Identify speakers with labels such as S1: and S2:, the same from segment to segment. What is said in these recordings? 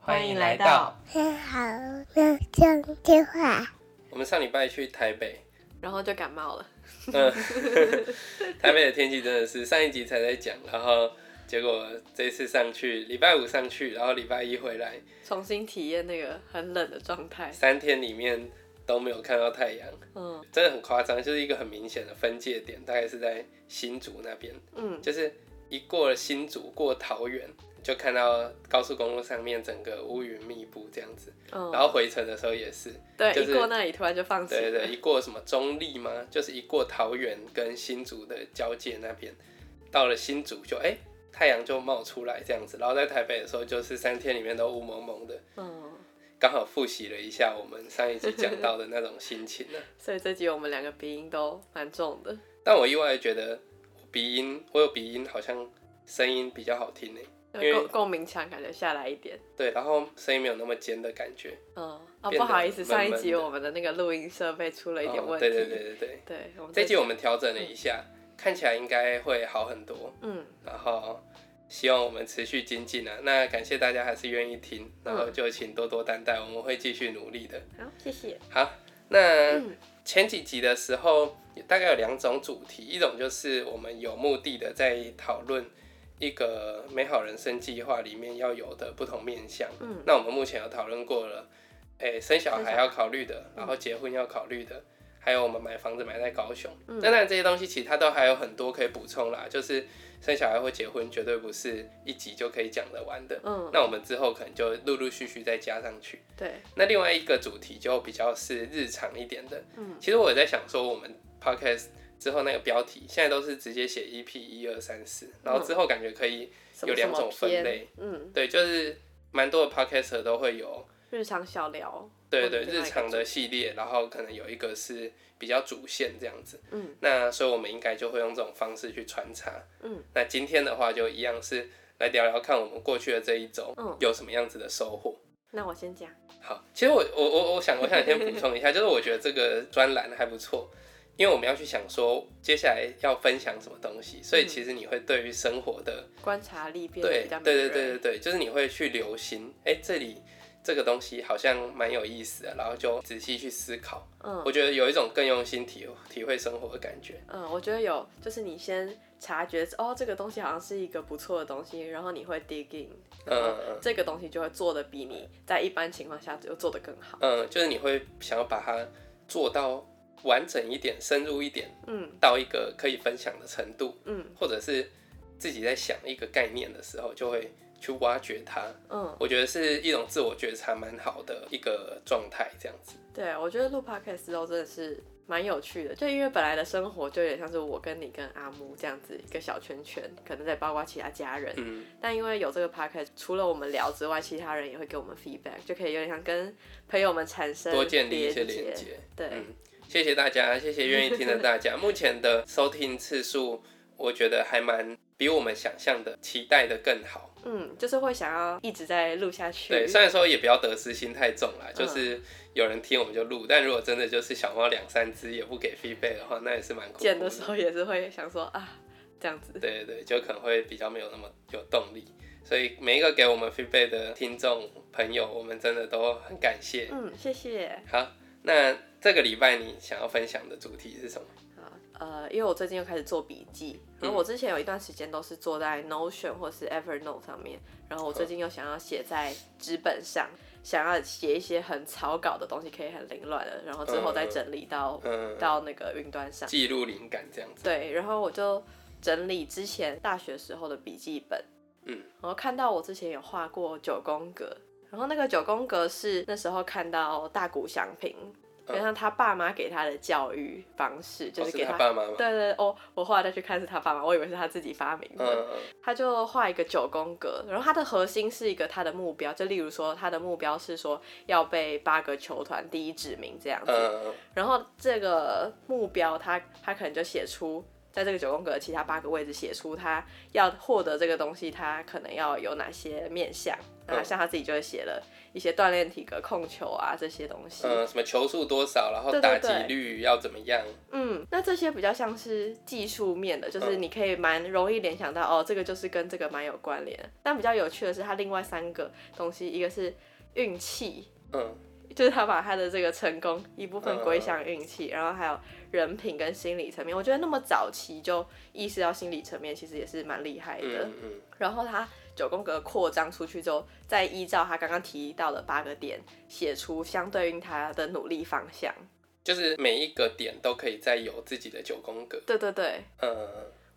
S1: 欢迎来到。
S2: 很好，那这电话
S1: 我们上礼拜去台北，
S3: 然后就感冒了。
S1: 嗯，台北的天气真的是上一集才在讲，然后结果这一次上去，礼拜五上去，然后礼拜一回来，
S3: 重新体验那个很冷的状态。
S1: 三天里面都没有看到太阳，
S3: 嗯
S1: 真的很夸张，就是一个很明显的分界点，大概是在新竹那边，
S3: 嗯，
S1: 就是一过了新竹，过桃园。就看到高速公路上面整个乌云密布这样子，
S3: 嗯
S1: 然后回程的时候也是，
S3: 对，
S1: 就是
S3: 一过那里突然就放晴。
S1: 对对，一过什么中立吗？就是一过桃园跟新竹的交界那边，到了新竹就哎、太阳就冒出来这样子。然后在台北的时候，就是三天里面都雾蒙蒙的，
S3: 嗯，
S1: 刚好复习了一下我们上一集讲到的那种心情呢、
S3: 所以这集我们两个鼻音都蛮重的。
S1: 但我意外地觉得我鼻音，我有鼻音，好像声音比较好听呢。因为
S3: 共共鸣墙感觉下来一点。
S1: 对，然后声音没有那么尖的感觉，
S3: 嗯，啊，
S1: 变
S3: 不
S1: 得
S3: 好意思，
S1: 闷闷
S3: 上一集
S1: 的
S3: 我们的那个录音设备出了一点
S1: 哦
S3: 问题。
S1: 对对对对对，
S3: 对我们
S1: 这集我们调整了一下，看起来应该会好很多。
S3: 嗯，
S1: 然后希望我们持续精进啊。那感谢大家还是愿意听，然后就请多多担待，我们会继续努力的。
S3: 好，谢谢。
S1: 好，那
S3: 嗯
S1: 前几集的时候大概有两种主题，一种就是我们有目的的在讨论。一个美好人生计划里面要有的不同面向，
S3: 嗯
S1: 那我们目前有讨论过了，诶、生小
S3: 生
S1: 孩
S3: 小
S1: 要考虑的，然后结婚要考虑的，还有我们买房子买在高雄，
S3: 嗯
S1: 那当然这些东西其实它都还有很多可以补充啦，就是生小孩或结婚绝对不是一集就可以讲得完的。
S3: 嗯，
S1: 那我们之后可能就陆陆续续再加上去。
S3: 对，
S1: 那另外一个主题就比较是日常一点的。
S3: 嗯
S1: 其实我有在想说，我们 podcast 之后那个标题现在都是直接写 EP 一二三四，然
S3: 嗯
S1: 后之后感觉可以
S3: 什么
S1: 有两种
S3: 什么
S1: 分
S3: 篇
S1: 类。
S3: 嗯，
S1: 对，就是蛮多的 podcast 都会有
S3: 日常小聊。
S1: 对
S3: 或
S1: 对
S3: 者哦另
S1: 日
S3: 外一个
S1: 常的
S3: 主
S1: 系列，然后可能有一个是比较主线这样子。
S3: 嗯
S1: 那所以我们应该就会用这种方式去穿插。
S3: 嗯，
S1: 那今天的话就一样是来聊聊看我们过去的这一周
S3: 嗯
S1: 有什么样子的收获。
S3: 那我先讲。
S1: 好，其实我我我我想我想先补充一下， 就是我觉得这个专栏还不错，因为我们要去想说接下来要分享什么东西，所以
S3: 嗯
S1: 其实你会对于生活的、
S3: 观察力变得
S1: 对
S3: 比较
S1: 对对对对
S3: 敏锐，
S1: 对，就是你会去留心，哎、这里这个东西好像蛮有意思的，然后就仔细去思考。我
S3: 嗯
S1: 觉得有一种更用心体体会生活的感觉。
S3: 嗯，我觉得有，就是你先察觉哦，这个东西好像是一个不错的东西，然后你会 dig in，
S1: 嗯
S3: 然后
S1: 嗯嗯
S3: 这个东西就会做的比你在一般情况下就做的更好。
S1: 嗯，就是你会想要把它做到完整一点、深入一点，
S3: 嗯
S1: 到一个可以分享的程度，
S3: 嗯
S1: 或者是自己在想一个概念的时候，就会去挖掘它。
S3: 嗯，
S1: 我觉得是一种自我觉察蛮好的一个状态，这样子。
S3: 对，我觉得录 podcast 之后真的是蛮有趣的，就因为本来的生活就有点像是我跟你跟阿木这样子一个小圈圈，可能再包括其他家人，
S1: 嗯，
S3: 但因为有这个 podcast，除了我们聊之外，其他人也会给我们 feedback，就可以有点像跟朋友们产生
S1: 多建立一些连
S3: 连
S1: 接。
S3: 对，
S1: 嗯，谢谢大家，谢谢愿意听的大 家。目前的收听次数，我觉得还蛮比我们想象的、期待的更好。
S3: 嗯，就是会想要一直在录下去。
S1: 对，虽然说也不要得失心太重啦，
S3: 嗯
S1: 就是有人听我们就录，但如果真的就是小猫两三只也不给 feedback 的话，那也是蛮苦
S3: 剪的
S1: 的
S3: 时候也是会想说啊，这样子。
S1: 对对对，就可能会比较没有那么有动力。所以每一个给我们 feedback 的听众朋友，我们真的都很感谢。
S3: 嗯，谢谢。
S1: 好，那这个礼拜你想要分享的主题是什么？
S3: 好，呃，因为我最近又开始做笔记，然后
S1: 嗯
S3: 我之前有一段时间都是做在 Notion 或是 Evernote 上面，然后我
S1: 哦
S3: 最近又想要写在纸本上，想要写一些很草稿的东西，可以很凌乱的，然后之后再整理到、
S1: 嗯，
S3: 到那个云端上。
S1: 呃记录灵感这样子。
S3: 对，然后我就整理之前大学时候的笔记本，
S1: 嗯，
S3: 然后看到我之前有画过九宫格，然后那个九宫格是那时候看到大谷翔平，
S1: 嗯
S3: 加上他爸妈给他的教育方式，就
S1: 哦
S3: 给
S1: 他
S3: 他。
S1: 爸妈吗？
S3: 对对对哦，我后来再去看是他爸妈，我以为是他自己发明的。
S1: 嗯，嗯
S3: 他就画一个九宫格，然后他的核心是一个他的目标，就例如说他的目标是说要被八个球团第一指名这样子。
S1: 嗯嗯，
S3: 然后这个目标他他可能就写出在这个九宫格的其他八个位置写出他要获得这个东西，他可能要有哪些面向。那
S1: 嗯
S3: 像他自己就会写了一些锻炼体格、控球啊这些东西。
S1: 嗯，什么球数多少，然后
S3: 对对
S1: 打击
S3: 对
S1: 率要怎么样？
S3: 嗯，那这些比较像是技术面的，就是
S1: 嗯
S3: 你可以蛮容易联想到哦，这个就是跟这个蛮有关联。但比较有趣的是，它另外三个东西，一个是运气，
S1: 嗯
S3: 就是他把他的这个成功一部分
S1: 嗯
S3: 归向运气，然后还有人品跟心理层面。我觉得那么早期就意识到心理层面，其实也是蛮厉害的。
S1: 嗯嗯
S3: 然后他九宫格扩张出去之后，再依照他刚刚提到的八个点，写出相对应他的努力方向。
S1: 就是每一个点都可以再有自己的九宫格。
S3: 对对对，
S1: 嗯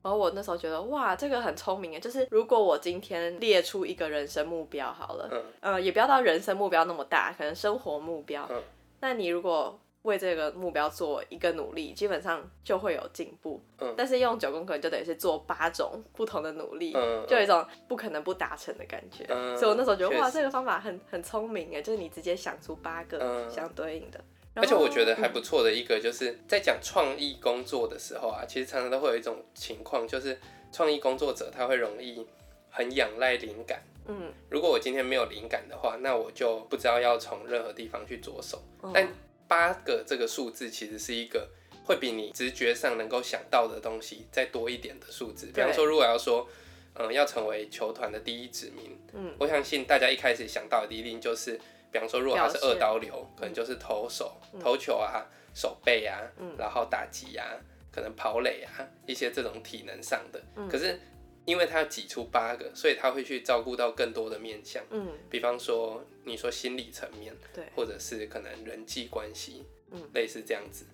S3: 然后我那时候觉得，哇，这个很聪明耶！就是如果我今天列出一个人生目标好了，
S1: 嗯
S3: 呃，也不要到人生目标那么大，可能生活目标。
S1: 嗯
S3: 那你如果为这个目标做一个努力，基本上就会有进步。
S1: 嗯
S3: 但是用九宫格就等于是做八种不同的努力，
S1: 嗯
S3: 就有一种不可能不达成的感觉。
S1: 嗯
S3: 所以我那时候觉得，
S1: 确
S3: 哇，
S1: 实
S3: 这个方法很很聪明哎，就是你直接想出八个
S1: 嗯
S3: 相对应的。然
S1: 而且我觉得
S3: 后嗯
S1: 还不错的一个，就是在讲创意工作的时候啊，其实常常都会有一种情况，就是创意工作者他会容易很仰赖灵感。
S3: 嗯，
S1: 如果我今天没有灵感的话，那我就不知道要从任何地方去着手。
S3: 嗯
S1: 但八个这个数字其实是一个会比你直觉上能够想到的东西再多一点的数字。比方说，如果要说，嗯、要成为球团的第一指名，
S3: 嗯，
S1: 我相信大家一开始想到的一定就是，比方说，如果他是
S3: 表现嗯
S1: 二刀流，可能就是投手、投球啊、手背啊，
S3: 嗯
S1: 然后打击啊，可能跑垒啊，一些这种体能上的。
S3: 嗯
S1: 可是因为他要挤出八个，所以他会去照顾到更多的面向。
S3: 嗯，
S1: 比方说你说心理层面，
S3: 对
S1: 或者是可能人际关系，
S3: 嗯，
S1: 类似这样子。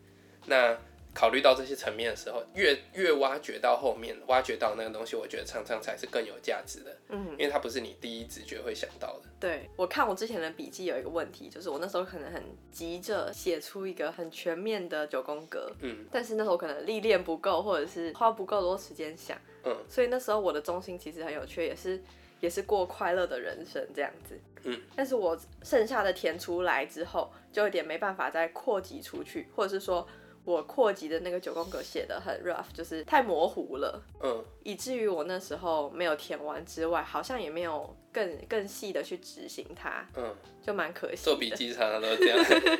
S1: 那考虑到这些层面的时候，越越挖掘到后面，挖掘到那个东西，我觉得常常才是更有价值的，
S3: 嗯，
S1: 因为它不是你第一直觉会想到的。
S3: 对我看我之前的笔记有一个问题，就是我那时候可能很急着写出一个很全面的九宫格，
S1: 嗯
S3: 但是那时候可能历练不够，或者是花不够多时间想，
S1: 嗯
S3: 所以那时候我的中心其实很有趣，也是也是过快乐的人生这样子。
S1: 嗯，
S3: 但是我剩下的填出来之后，就有点没办法再扩及出去，或者是说我扩及的那个九宫格写的很 rough，就是太模糊了。
S1: 嗯
S3: 以至于我那时候没有填完之外，好像也没有更更细的去执行它，
S1: 嗯，
S3: 就蛮可惜的。
S1: 做笔记常常都 这样，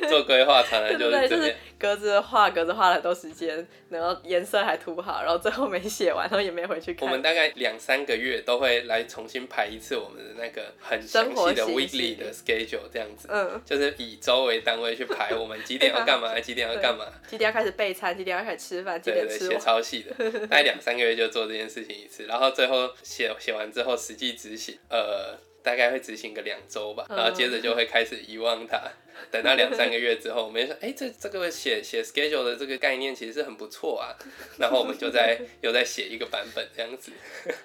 S1: 做规划常常
S3: 对
S1: 就
S3: 对对，
S1: 是这
S3: 就
S1: 样。
S3: 是格子画格子画了很多时间，然后颜色还涂不好，然后最后没写完，然后也没回去
S1: 我
S3: 看。
S1: 们大概两三个月都会来重新排一次我们的那个很详
S3: 生活
S1: 细的
S3: 形式
S1: weekly 的 schedule，这样子，
S3: 嗯，啊
S1: 就是以周为单位去排我们 几点要干嘛，几点要干嘛，
S3: 几点要开始备餐，几点要开始吃饭，几
S1: 对
S3: 点
S1: 对，
S3: 吃
S1: 写
S3: 完。
S1: 超细 的，大概两三个月就做这件事情一次，然后最后写写完之后实际执行，呃，大概会执行个两周吧，
S3: 嗯
S1: 然后接着就会开始遗忘它。 等到两三个月之后，我们就说，哎、这这个写写 schedule 的这个概念其实是很不错啊， 然后我们 就再又再写一个版本这样子，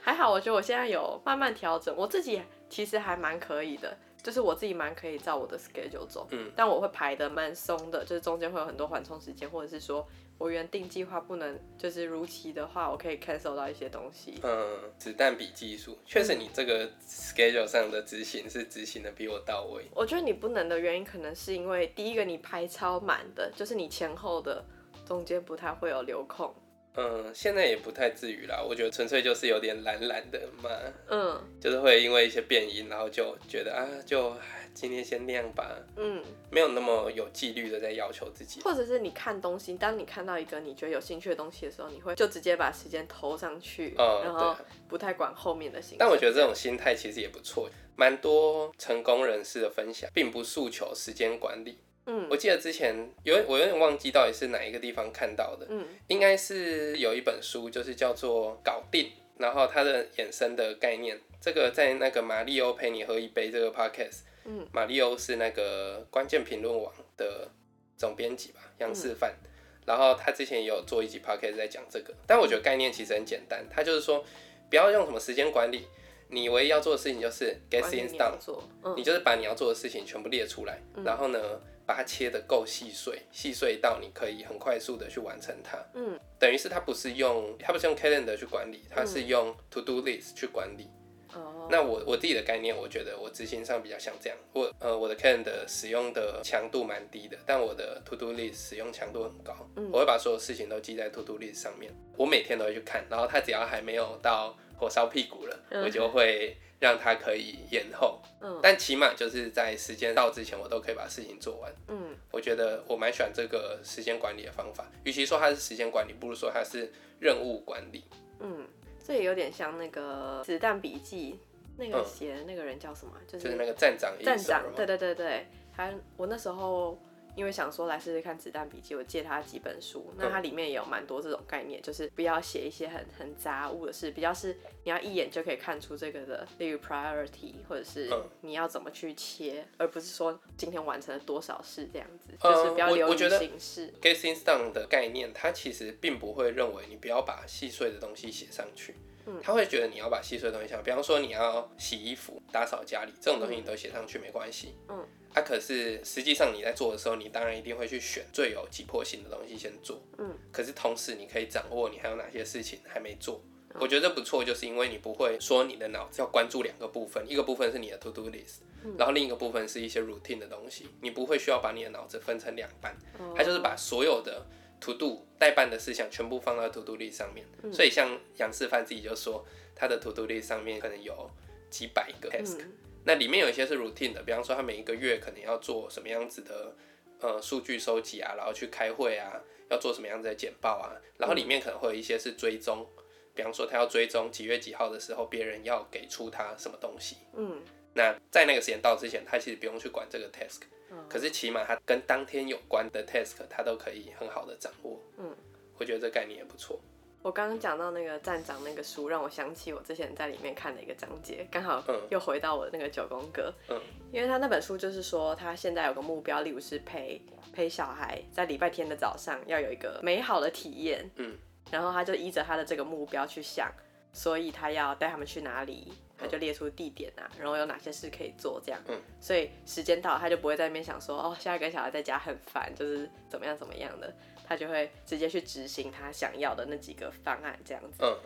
S3: 还好，我觉得我现在有慢慢调整，我自己其实还蛮可以的，就是我自己蛮可以照我的 schedule 走，
S1: 嗯
S3: 但我会排的蛮松的，就是中间会有很多缓冲时间，或者是说我原定计划不能就是如期的话，我可以 cancel 到一些东西。
S1: 嗯，子弹笔技术，确实你这个 schedule 上的执行是执行的比我到位。
S3: 我觉得你不能的原因，可能是因为第一个你排超满的，就是你前后的中间不太会有留空，
S1: 嗯，现在也不太至于啦，我觉得纯粹就是有点懒懒的嘛，
S3: 嗯
S1: 就是会因为一些变音，然后就觉得啊，就唉今天先那样吧，
S3: 嗯，
S1: 没有那么有纪律的在要求自己。
S3: 或者是你看东西，当你看到一个你觉得有兴趣的东西的时候，你会就直接把时间投上去，
S1: 嗯
S3: 然后
S1: 对
S3: 不太管后面的行程。
S1: 但我觉得这种心态其实也不错，蛮多成功人士的分享，并不诉求时间管理。
S3: 嗯
S1: 我记得之前有我有点忘记到底是哪一个地方看到的，
S3: 嗯
S1: 应该是有一本书，就是叫做《搞定》，然后它的衍生的概念，这个在那个马里欧陪你喝一杯这个 podcast，
S3: 嗯，
S1: 马里欧是那个关键评论网的总编辑吧，杨示范。然后他之前也有做一
S3: 嗯
S1: 集 podcast 在讲这个，但我觉得概念其实很简单，他就是说不要用什么时间管理，你唯一要做的事情就是 get
S3: 管理
S1: things
S3: 你
S1: done，
S3: 要做，嗯
S1: 你就是把你要做的事情全部列出来，然后呢，把它切得够细碎，细碎到你可以很快速的去完成它。
S3: 嗯，嗯
S1: 等于是它不是用它不是用 calendar 去管理，它是用 to do list 去管理。
S3: 哦，
S1: 那我我自己的概念，我觉得我执行上比较像这样，我呃我的 Calendar 使用的强度蛮低的，但我的 To Do List 使用强度很高，
S3: 嗯
S1: 我会把所有事情都记在 To Do List 上面，我每天都会去看，然后它只要还没有到火烧屁股了，
S3: 嗯
S1: 我就会让它可以延后，
S3: 嗯
S1: 但起码就是在时间到之前，我都可以把事情做完。
S3: 嗯
S1: 我觉得我蛮喜欢这个时间管理的方法，与其说它是时间管理，不如说它是任务管理。
S3: 嗯，这也有点像那个《子弹笔记》那个
S1: 嗯
S3: 写的那个人叫什么啊？就
S1: 就是
S3: 是
S1: 那个站长一
S3: 站
S1: 手
S3: 长
S1: 嘛，
S3: 对对对对，他我那时候因为想说来试试看《子弹笔记》，我借他几本书，
S1: 嗯
S3: 那它里面也有蛮多这种概念，就是不要写一些很很杂物的事，比较是你要一眼就可以看出这个的，例如 priority，或者是
S1: 嗯
S3: 你要怎么去切，而不是说今天完成了多少事这样子，
S1: 呃
S3: 就是不要
S1: 我
S3: 流
S1: 我
S3: 于
S1: 觉得
S3: 形式。
S1: Get things done 的概念，它其实并不会认为你不要把细碎的东西写上去，
S3: 嗯
S1: 他会觉得你要把细碎的东西想，比方说你要洗衣服、打扫家里这种东西，
S3: 嗯
S1: 你都写上去没关系。
S3: 嗯，
S1: 啊，可是实际上你在做的时候，你当然一定会去选最有急迫性的东西先做。
S3: 嗯，
S1: 可是同时你可以掌握你还有哪些事情还没做。
S3: 嗯
S1: 我觉得这不错，就是因为你不会说你的脑子要关注两个部分，一个部分是你的 to do list，、然
S3: 嗯
S1: 后另一个部分是一些 routine 的东西，你不会需要把你的脑子分成两半，
S3: 哦
S1: 它就是把所有的 to do 代办的事项全部放到 to do list 上面。
S3: 嗯
S1: 所以像杨世范自己就说，他的 to do list 上面可能有几百个 task，、
S3: 嗯
S1: 那里面有一些是 routine 的，比方说他每一个月可能要做什么样子的呃数据收集啊，然后去开会啊，要做什么样子的简报啊，然后里面可能会有一些是追踪，比方说他要追踪几月几号的时候别人要给出他什么东西。
S3: 嗯，
S1: 那在那个时间到之前，他其实不用去管这个 task，、
S3: 哦
S1: 可是起码他跟当天有关的 task，他都可以很好的掌握。
S3: 嗯，
S1: 我觉得这概念也不错。
S3: 我刚刚讲到那个站长那个书，让我想起我之前在里面看的一个章节，刚好
S1: 嗯
S3: 又回到我的那个九宫格。
S1: 嗯，
S3: 因为他那本书就是说，他现在有个目标，例如是陪陪小孩在礼拜天的早上要有一个美好的体验。
S1: 嗯，
S3: 然后他就依着他的这个目标去想，所以他要带他们去哪里，他就列出地点啊，然后有哪些事可以做这样。
S1: 嗯，
S3: 所以时间到了，他就不会在那边想说，哦，现在跟小孩在家很烦，就是怎么样怎么样的。他就会直接去执行他想要的那几个方案这样子。
S1: 嗯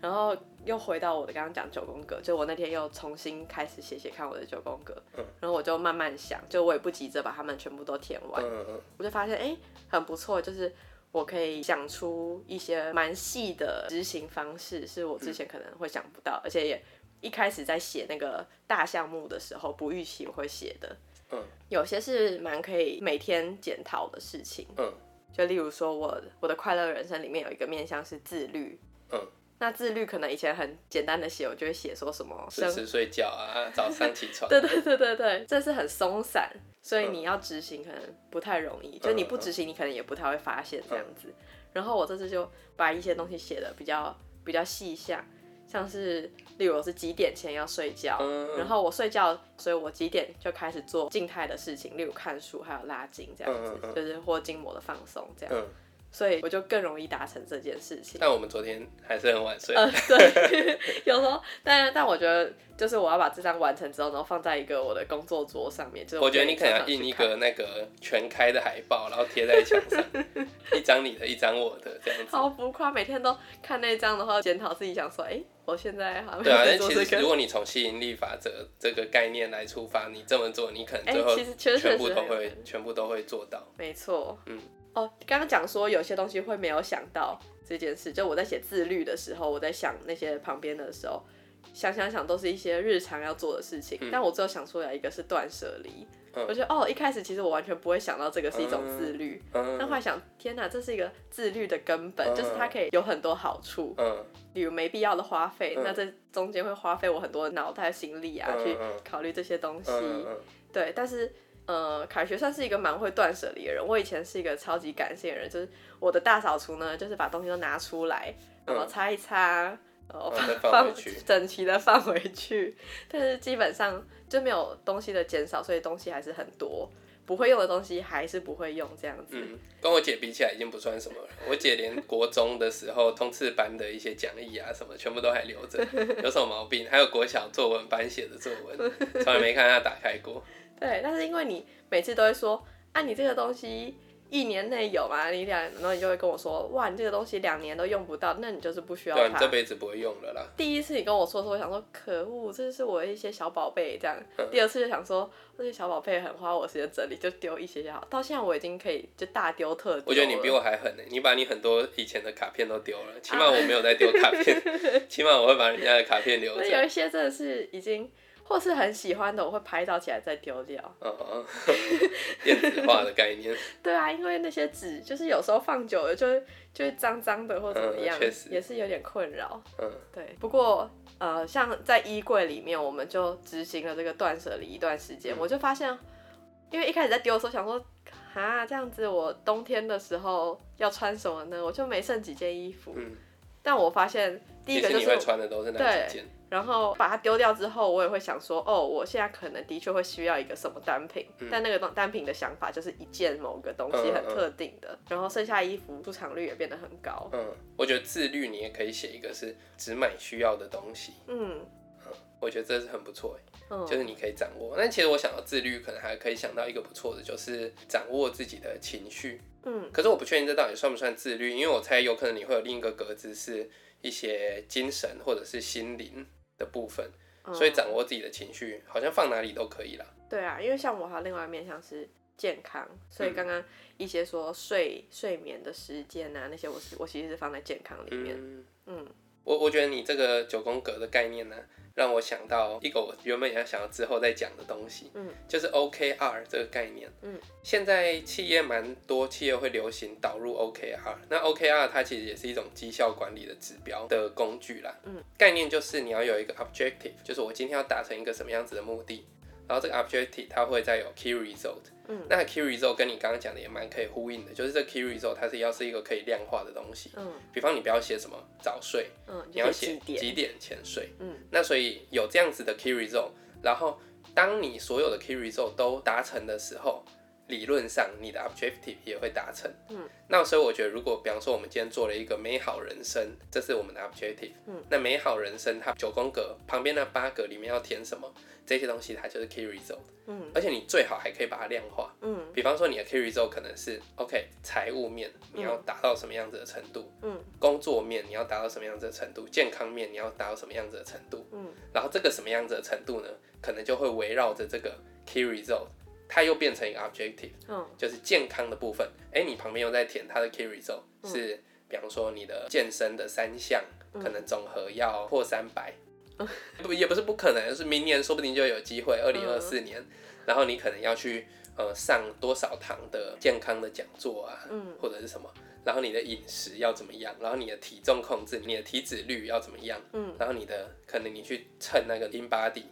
S3: 然后又回到我的刚刚讲九宫格，就我那天又重新开始写写看我的九宫格，
S1: 嗯
S3: 然后我就慢慢想，就我也不急着把它们全部都填完，
S1: 嗯嗯
S3: 我就发现哎、诶很不错，就是我可以想出一些蛮细的执行方式，是
S1: 嗯
S3: 我之前可能会想不到，而且也一开始在写那个大项目的时候不预期我会写的，
S1: 嗯
S3: 有些是蛮可以每天检讨的事情，
S1: 嗯
S3: 就例如说我我的快乐人生里面有一个面向是自律，
S1: 嗯，
S3: 那自律可能以前很简单的写，我就会写说什么生
S1: 准，时睡觉啊，早上起 床。
S3: 对对对对对，这是很松散，所
S1: 嗯
S3: 以你要执行可能不太容易，就你不执行你可能也不太会发
S1: 嗯
S3: 现这样子。然后我这次就把一些东西写的比较比较细项，像是例如我是几点前要睡觉，
S1: 嗯
S3: 然后我睡觉，所以我几点就开始做静态的事情，例如看书还有拉筋这样子，
S1: 嗯嗯嗯
S3: 就是或筋膜的放松这样。
S1: 嗯，
S3: 所以我就更容易达成这件事情。
S1: 但我们昨天还是很晚睡。
S3: 呃，对， 有时候，但但我觉得，就是我要把这张完成之后，然后放在一个我的工作桌上面，就是
S1: 我觉得
S3: 可以
S1: 你可能
S3: 常
S1: 要
S3: 常去
S1: 印一
S3: 看
S1: 个那个全开的海报，然后贴在墙 上，一张你的，一张我的这样子。
S3: 超浮夸，每天都看那张的话，检讨自己，想说，哎、 我现在还没
S1: 对啊，
S3: 有
S1: 但
S3: 做
S1: 其
S3: 这
S1: 实如
S3: 个。
S1: 果你从吸引力法则这个概念来出发，你这么做，你可能
S3: 哎
S1: 最后
S3: 其实确实
S1: 全部
S3: 是
S1: 都
S3: 很有
S1: 会
S3: 可能
S1: 全部都会做到。
S3: 没错，
S1: 嗯，
S3: 哦，刚刚讲说有些东西会没有想到这件事，就我在写自律的时候，我在想那些旁边的时候，想想想都是一些日常要做的事情，
S1: 嗯
S3: 但我最后想出来一个是断舍离，
S1: 嗯
S3: 我觉得哦，一开始其实我完全不会想到这个是一种自律，
S1: 嗯
S3: 但后来想，天哪，这是一个自律的根本，
S1: 嗯
S3: 就是它可以有很多好处，
S1: 嗯
S3: 比如没必要的花费，
S1: 嗯
S3: 那这中间会花费我很多脑袋心力啊，
S1: 嗯
S3: 去
S1: 嗯
S3: 考虑这些东西。
S1: 嗯嗯
S3: 对，但是呃，凯学算是一个蛮会断舍离的人。我以前是一个超级感性的人，就是我的大扫除呢，就是把东西都拿出来，然后
S1: 嗯
S3: 擦一擦，然后
S1: 然嗯后再放回去
S3: 整齐的放回去。但是基本上就没有东西的减少，所以东西还是很多。不会用的东西还是不会用，这样子。
S1: 嗯，跟我姐比起来已经不算什么了。我姐连国中的时候冲刺班的一些讲义啊什么，全部都还 留着，有什么毛病？还有国小作文班写的作文， 从来没看她打开过。
S3: 对，但是因为你每次都会说，啊，你这个东西一年内有嘛，你两，然后你就会跟我说，哇，你这个东西两年都用不到，那你就是不需要
S1: 对啊，你
S3: 它。
S1: 这辈子不会用了啦。
S3: 第一次你跟我说的时候，我想说可恶，这是我的一些小宝贝这样
S1: 嗯。
S3: 第二次就想说这些小宝贝很花我时间整理，就丢一些些好。到现在我已经可以就大丢特丢了。
S1: 我觉得你比我还狠呢、你把你很多以前的卡片都丢
S3: 啊
S1: 了，起码我没有在丢卡片， 起码我会把人家的卡片留
S3: 那有
S1: 着。
S3: 一些真的是已经或是很喜欢的，我会拍照起来再丢掉。
S1: 哦哦，电子化的概念，
S3: 对啊，因为那些纸就是有时候放久了就会就会脏脏的或怎么
S1: 嗯
S3: 样，
S1: 确实
S3: 也是有点困扰。
S1: 嗯，
S3: 对，不过呃，像在衣柜里面，我们就执行了这个断舍离一段时间，
S1: 嗯
S3: 我就发现，因为一开始在丢的时候想说，啊，这样子我冬天的时候要穿什么呢？我就没剩几件衣服。
S1: 嗯
S3: 但我发现第
S1: 其
S3: 一个
S1: 实
S3: 就
S1: 你会
S3: 是，
S1: 穿的都是那几件，
S3: 然后把它丢掉之后，我也会想说，哦，我现在可能的确会需要一个什么单品，
S1: 嗯
S3: 但那个单单品的想法就是一件某个东西
S1: 嗯
S3: 很
S1: 嗯
S3: 特定的，然后剩下衣服出场率也变得很高。
S1: 嗯，我觉得自律你也可以写一个是只买需要的东西，
S3: 嗯
S1: 我觉得这是很不错、欸，
S3: 嗯，
S1: 就是你可以掌握。但其实我想到自律，可能还可以想到一个不错的，就是掌握自己的情绪。
S3: 嗯
S1: 可是我不确定这到底算不算自律，因为我猜有可能你会有另一个格子是一些精神或者是心灵的部分，
S3: 嗯
S1: 所以掌握自己的情绪好像放哪里都可以啦。
S3: 对啊，因为像我还有另外一面向是健康，所
S1: 嗯
S3: 以刚刚一些说睡睡眠的时间啊那些我，是我其实是放在健康里面。
S1: 嗯，
S3: 嗯
S1: 我我觉得你这个九宫格的概念呢、让我想到一个我原本也想要之后再讲的东西，
S3: 嗯，
S1: 就是 OKR 这个概念，
S3: 嗯，
S1: 现在企业蛮多企业会流行导入 OKR，那 OKR 它其实也是一种绩效管理的指标的工具啦，
S3: 嗯，
S1: 概念就是你要有一个 objective，就是我今天要达成一个什么样子的目的，然后这个 objective 它会再有 key result，
S3: 嗯
S1: 那 key result 跟你刚刚讲的也蛮可以呼应的，就是这 key result 它是要是一个可以量化的东西，
S3: 嗯
S1: 比方你不要写什么早睡。
S3: 嗯，
S1: 你要
S3: 就
S1: 写
S3: 是几
S1: 几
S3: 点？
S1: 点前睡。
S3: 嗯
S1: 那所以有这样子的 key result，然后当你所有的 key result 都达成的时候，理论上你的 objective 也会达成。
S3: 嗯，
S1: 那所以我觉得，如果比方说我们今天做了一个美好人生，这是我们的 objective。
S3: 嗯，
S1: 那美好人生它九宫格旁边那八格里面要填什么，这些东西它就是 key result，
S3: 嗯
S1: 而且你最好还可以把它量化。
S3: 嗯
S1: 比方说你的 key result 可能是 OK 财务面你要
S3: 嗯
S1: 达到什么样子的程度，
S3: 嗯
S1: 工作面你要达到什么样子的程度，健康面你要达到什么样子的程度，
S3: 嗯
S1: 然后这个什么样子的程度呢，可能就会围绕着这个 key result，它又变成一个 objective，
S3: 嗯
S1: 就是健康的部分。哎，你旁边又在填它的 key result，
S3: 嗯
S1: 是比方说你的健身的三项，
S3: 嗯
S1: 可能总和要破三百， 不也不是不可能，是明年说不定就有机会，二零二
S3: 嗯
S1: 四年，然后你可能要去呃上多少堂的健康的讲座啊，
S3: 嗯
S1: 或者是什么，然后你的饮食要怎么样，然后你的体重控制，你的体脂率要怎么样，
S3: 嗯
S1: 然后你的可能你去称那个 in body，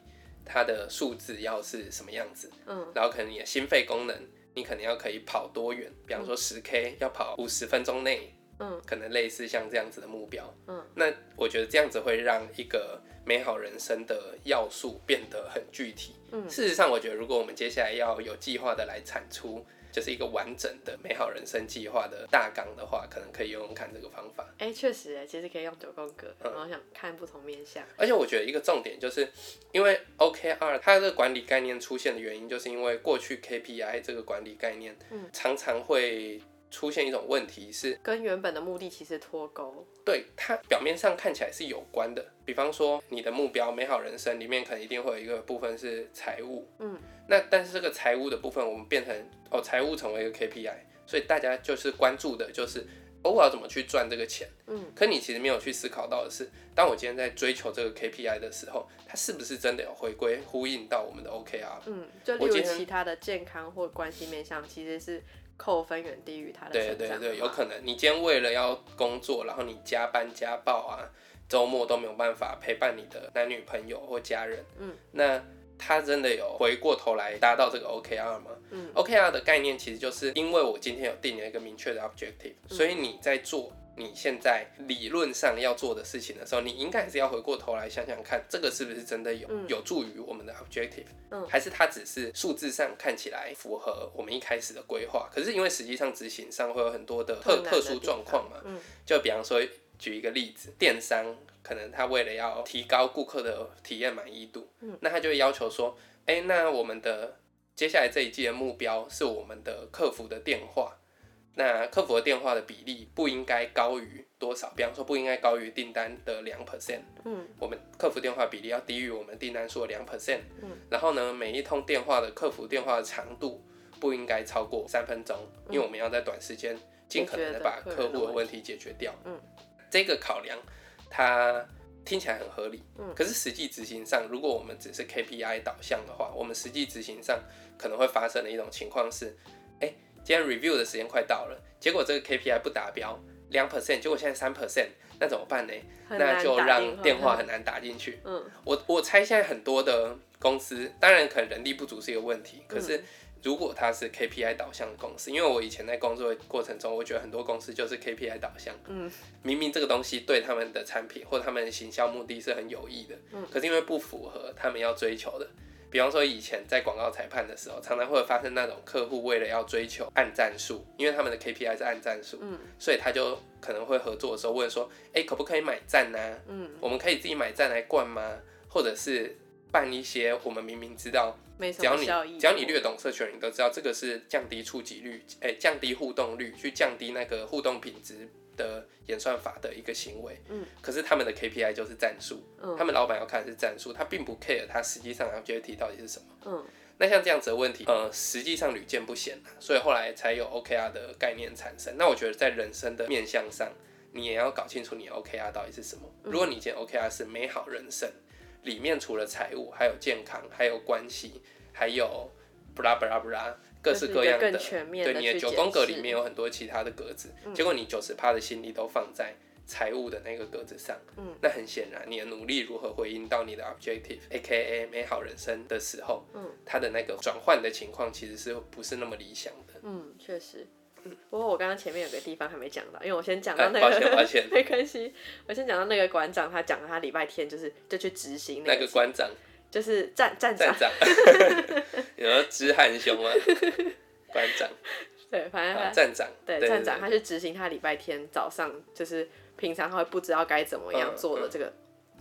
S1: 它的数字要是什么样子，
S3: 嗯
S1: 然后可能你的心肺功能，你可能要可以跑多远，比方说十 K 要跑五十分钟内，
S3: 嗯
S1: 可能类似像这样子的目标。
S3: 嗯，
S1: 那我觉得这样子会让一个美好人生的要素变得很具体。
S3: 嗯
S1: 事实上，我觉得如果我们接下来要有计划的来产出，就是一个完整的美好人生计划的大纲的话，可能可以用用看这个方法。
S3: 哎、确实哎，其实可以用九宫格，
S1: 嗯
S3: 然后想看不同面相。
S1: 而且我觉得一个重点就是，因为 OKR 它的管理概念出现的原因，就是因为过去 KPI 这个管理概念，
S3: 嗯
S1: 常常会出现一种问题是，
S3: 跟原本的目的其实脱钩，
S1: 对它表面上看起来是有关的。比方说，你的目标“美好人生”里面可能一定会有一个部分是财务，
S3: 嗯，
S1: 那但是这个财务的部分，我们变成哦，财务成为一个 KPI，所以大家就是关注的就是、哦、我要怎么去赚这个钱。
S3: 嗯
S1: 可你其实没有去思考到的是，当我今天在追求这个 KPI 的时候，它是不是真的有回归呼应到我们的 OKR？
S3: 嗯，就例
S1: 我
S3: 如
S1: 今天
S3: 其他的健康或关系面向，其实是扣分远低于它的
S1: 对
S3: 成
S1: 对
S3: 长
S1: 对，
S3: 的
S1: 有
S3: 嘛
S1: 可能你今天为了要工作，然后你加班加爆啊，周末都没有办法陪伴你的男女朋友或家人。
S3: 嗯，
S1: 那他真的有回过头来达到这个 OKR 吗？
S3: 嗯
S1: ，OKR 的概念其实就是因为我今天有定了一个明确的 objective，、所
S3: 嗯
S1: 以你在做。你现在理论上要做的事情的时候，你应该还是要回过头来想想看，这个是不是真的有、
S3: 嗯
S1: 有助于我们的 objective，、
S3: 嗯
S1: 还是它只是数字上看起来符合我们一开始的规划，可是因为实际上执行上会有很多的特
S3: 困难的
S1: 特殊
S3: 地
S1: 状
S3: 方
S1: 况嘛，
S3: 嗯
S1: 就比方说，举一个例子，电商可能他为了要提高顾客的体验满意度，
S3: 嗯
S1: 那他就会要求说，哎、那我们的接下来这一季的目标是我们的客服的电话，那客服的电话的比例不应该高于多少？比方说不应该高于订单的两 percent，
S3: 嗯，
S1: 我们客服电话比例要低于我们订单数的两 percent，
S3: 嗯，
S1: 然后呢，每一通电话的客服电话的长度不应该超过三分钟，
S3: 嗯
S1: 因为我们要在短时间尽可能的把
S3: 解决
S1: 客
S3: 客
S1: 户
S3: 人
S1: 的
S3: 的
S1: 问
S3: 问
S1: 题解决掉，
S3: 嗯，
S1: 这个考量它听起来很合理，
S3: 嗯
S1: 可是实际执行上，如果我们只是 KPI 导向的话，我们实际执行上可能会发生的一种情况是，哎、今天 review 的时间快到了，结果这个 KPI 不达标，两 percent，结果现在三 percent，那怎么办呢？
S3: 很难
S1: 那就
S3: 打
S1: 让电话
S3: 去
S1: 很难打进去。
S3: 嗯，
S1: 我我猜现在很多的公司，当然可能人力不足是一个问题，可
S3: 嗯
S1: 是如果它是 KPI 导向的公司，因为我以前在工作的过程中，我觉得很多公司就是 KPI 导向，
S3: 嗯，
S1: 明明这个东西对他们的产品或他们的行销目的是很有益的，
S3: 嗯
S1: 可是因为不符合他们要追求的。比方说，以前在广告裁判的时候，常常会发生那种客户为了要追求按赞数，因为他们的 KPI 是按赞数，
S3: 嗯，
S1: 所以他就可能会合作的时候问说，哎、可不可以买赞呢、
S3: 嗯，
S1: 我们可以自己买赞来灌吗？或者是办一些我们明明知道，
S3: 没什
S1: 只要
S3: 么
S1: 你
S3: 效益。哦
S1: 只要你略懂社群，你都知道这个是降低触及率，哎、降低互动率，去降低那个互动品质的演算法的一个行为。
S3: 嗯，
S1: 可是他们的 KPI 就是战术，
S3: 嗯，
S1: 他们老板要看的是战术，他并不 care 他实际上 objective 到底是什么。
S3: 嗯
S1: 那像这样子的问题，呃，实际上屡见不鲜啊，所以后来才有 OKR 的概念产生。那我觉得在人生的面向上，你也要搞清楚你的 OKR 到底是什么。
S3: 嗯
S1: 如果你今天 OKR 是美好人生，里面除了财务，还有健康，还有关系，还有布拉布拉布拉，各式各样的，
S3: 就是一个更全面
S1: 对
S3: 地
S1: 你的
S3: 去
S1: 九
S3: 解
S1: 宫格里
S3: 释嗯
S1: 面有很多其他的格子，结果你九十趴的心力都放在财务的那个格子上，
S3: 嗯，
S1: 那很显然你的努力如何回应到你的 objective，A.K.A 美好人生的时候，
S3: 嗯，
S1: 它的那个转换的情况其实是不是那么理想的？
S3: 嗯，确实。不过我刚刚前面有个地方还没讲到，因为我先讲
S1: 哎
S3: 到那
S1: 抱歉抱
S3: 个，
S1: 歉
S3: 没关系，我先讲到那个馆长，他讲他礼拜天就是就去执行
S1: 那
S3: 个
S1: 个馆长
S3: 就是站站长
S1: 站， 长，你说知汉兄吗？馆 长
S3: 对，反正
S1: 啊，
S3: 他
S1: 站长，
S3: 对
S1: 对
S3: 站长，他
S1: 对
S3: 去执行他礼拜天早上就是平常他会不知道该怎么样
S1: 嗯
S3: 做的
S1: 嗯
S3: 这个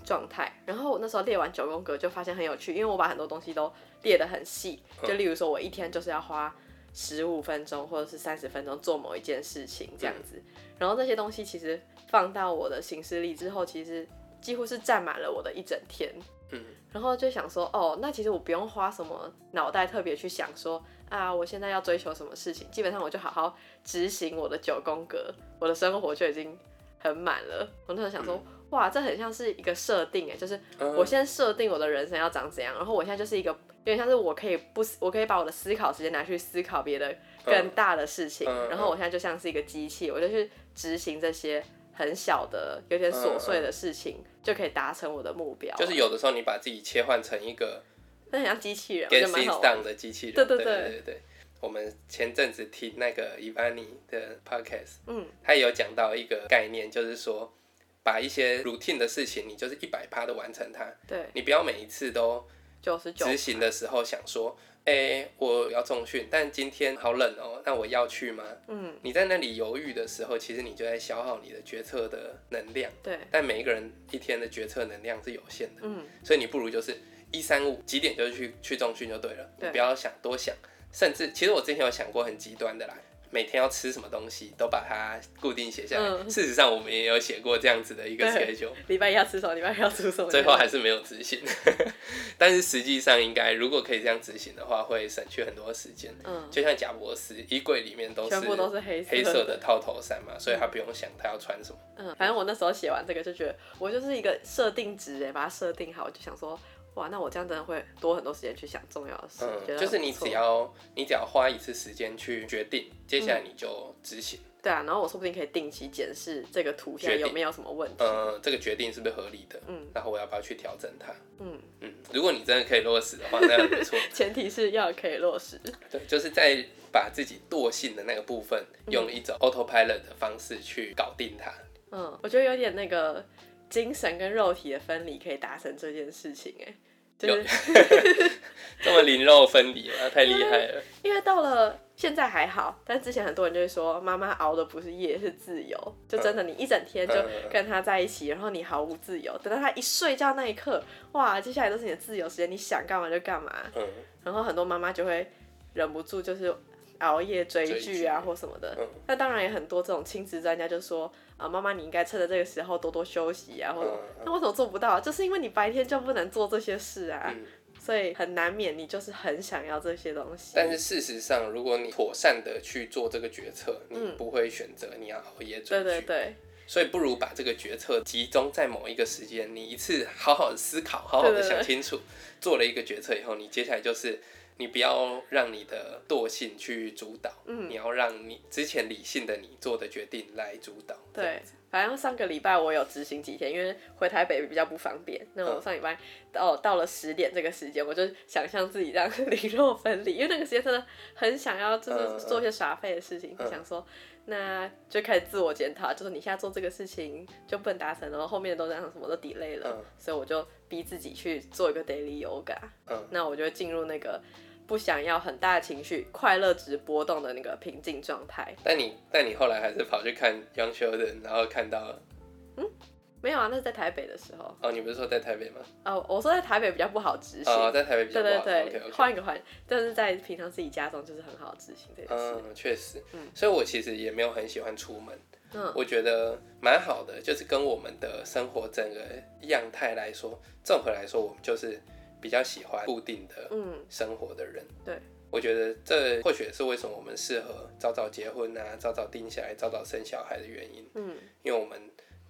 S3: 状态。然后我那时候列完九宫格就发现很有趣，因为我把很多东西都列得很细，
S1: 嗯
S3: 就例如说我一天就是要花十五分钟或者是三十分钟做某一件事情这样子。
S1: 嗯
S3: 然后这些东西其实放到我的行事历之后，其实几乎是占满了我的一整天。
S1: 嗯，
S3: 然后就想说，哦，那其实我不用花什么脑袋特别去想说啊，我现在要追求什么事情，基本上我就好好执行我的九宫格，我的生活就已经很满了。我那时候想说，哇，这很像是一个设定哎，就是
S1: 嗯
S3: 我先设定我的人生要长怎样，然后我现在就是一个有点像是我可以不思，我可以把我的思考时间拿去思考别的更大的事情，
S1: 嗯嗯嗯
S3: 然后我现在就像是一个机器，我就去执行这些很小的、有点琐碎的事情，就可以达成我的目标啊。
S1: 嗯就是有的时候你把自己切换成一个
S3: 那很像机器人，我
S1: get
S3: 觉得蛮
S1: things
S3: 好玩
S1: done 的机器人，
S3: 对
S1: 对
S3: 对
S1: 对
S3: 对
S1: 对对我们前阵子听那个伊万尼的 podcast，
S3: 嗯，
S1: 他也有讲到一个概念，就是说把一些 routine 的事情，你就是一百趴的完成它，
S3: 对，
S1: 你不要每一次都
S3: 九十九
S1: 执行的时候想说，哎、我要重训，但今天好冷哦，那我要去吗？
S3: 嗯，
S1: 你在那里犹豫的时候，其实你就在消耗你的决策的能量，
S3: 对，
S1: 但每一个人一天的决策能量是有限的，
S3: 嗯，
S1: 所以你不如就是一三五几点就去去重训就对了，
S3: 对
S1: 你不要想多想，甚至其实我之前有想过很极端的啦。每天要吃什么东西都把它固定写下来。
S3: 嗯
S1: 事实上，我们也有写过这样子的一个
S3: 对
S1: schedule，
S3: 礼拜一要吃什么，礼拜二要吃什么，
S1: 最后还是没有执行。 但是实际上，应该如果可以这样执行的话，会省去很多时间。
S3: 嗯，
S1: 就像贾博士，衣柜里面都是
S3: 全部都是黑色
S1: 黑色的套头衫嘛，所以他不用想他要穿什么。
S3: 嗯，反正我那时候写完这个就觉得，我就是一个设定值哎，把它设定好，我就想说，哇，那我这样真的会多很多时间去想重要的事，觉
S1: 嗯，
S3: 得
S1: 就是
S3: 很不
S1: 你
S3: 错
S1: 只要你只要花一次时间去决定，接下来你就执行。
S3: 对啊，然后我说不定可以定期检视这个图
S1: 决
S3: 像
S1: 定
S3: 有没有什么问题，
S1: 嗯，这个决定是不是合理的？
S3: 嗯
S1: 然后我要不要去调整它？
S3: 嗯，
S1: 嗯，如果你真的可以落实的话，那很不错。
S3: 前提是要可以落实，
S1: 对，就是在把自己惰性的那个部分，用一种 autopilot 的方式去搞定它。
S3: 嗯，我觉得有点那个精神跟肉体的分离可以达成这件事情哎，就
S1: 有
S3: 是。
S1: 这么灵肉分离吗？太厉害了。
S3: 因为到了现在还好，但之前很多人就会说，妈妈熬的不是夜，是自由。就真的，你一整天就
S1: 嗯
S3: 跟他在一起，然后你毫无自由。等到他一睡觉那一刻，哇，接下来都是你的自由时间，你想干嘛就干嘛。
S1: 嗯，
S3: 然后很多妈妈就会忍不住就是熬夜追
S1: 追
S3: 剧啊
S1: 剧
S3: 或什么的
S1: 嗯。
S3: 那当然也很多这种亲子专家就说啊，妈妈你应该趁着这个时候多多休息啊，或者
S1: 嗯嗯
S3: 那为什么做不到？就是因为你白天就不能做这些事啊，
S1: 嗯
S3: 所以很难免你就是很想要这些东西。
S1: 但是事实上，如果你妥善的去做这个决策，你
S3: 嗯
S1: 不会选择你要熬夜追
S3: 对对
S1: 剧。
S3: 对
S1: 所以不如把这个决策集中在某一个时间，你一次好好的思考，好好
S3: 对
S1: 的
S3: 对对
S1: 想清楚，做了一个决策以后，你接下来就是你不要让你的惰性去主导，
S3: 嗯
S1: 你要让你之前理性的你做的决定来主导。这样
S3: 对，反正上个礼拜我有执行几天，因为回台北比较不方便。那我
S1: 嗯
S3: 上礼拜到到了十点这个时间，我就想象自己让灵肉分离，因为那个时间真的很想要，就
S1: 嗯嗯
S3: 是做一些耍废的事情，就
S1: 嗯
S3: 想说。那就开始自我检讨，就是你现在做这个事情就不能达成，然后后面都这样什么都 delay 了，
S1: 嗯
S3: 所以我就逼自己去做一个 daily yoga。
S1: 嗯
S3: 那我就会进入那个不想要很大的情绪、快乐值波动的那个平静状态。
S1: 但你但你后来还是跑去看 Young Sheldon，然后看到
S3: 没有啊，那是在台北的时候。
S1: 哦，你不是说在台北吗？
S3: 哦，我说在台北比较不好执行。
S1: 哦，在台北比较
S3: 对
S1: 不
S3: 对
S1: 好。
S3: 对，
S1: OK OK。
S3: 换一个环，但是在平常自己家中就是很好执行这件事。
S1: 嗯，确实
S3: 嗯。
S1: 所以我其实也没有很喜欢出门。
S3: 嗯，
S1: 我觉得蛮好的，就是跟我们的生活整个样态来说，综合来说，我们就是比较喜欢固定的
S3: 嗯，
S1: 生活的人。
S3: 对，
S1: 我觉得这或许也是为什么我们适合早早结婚啊，早早定下来，早早生小孩的原因，
S3: 嗯，
S1: 因为我们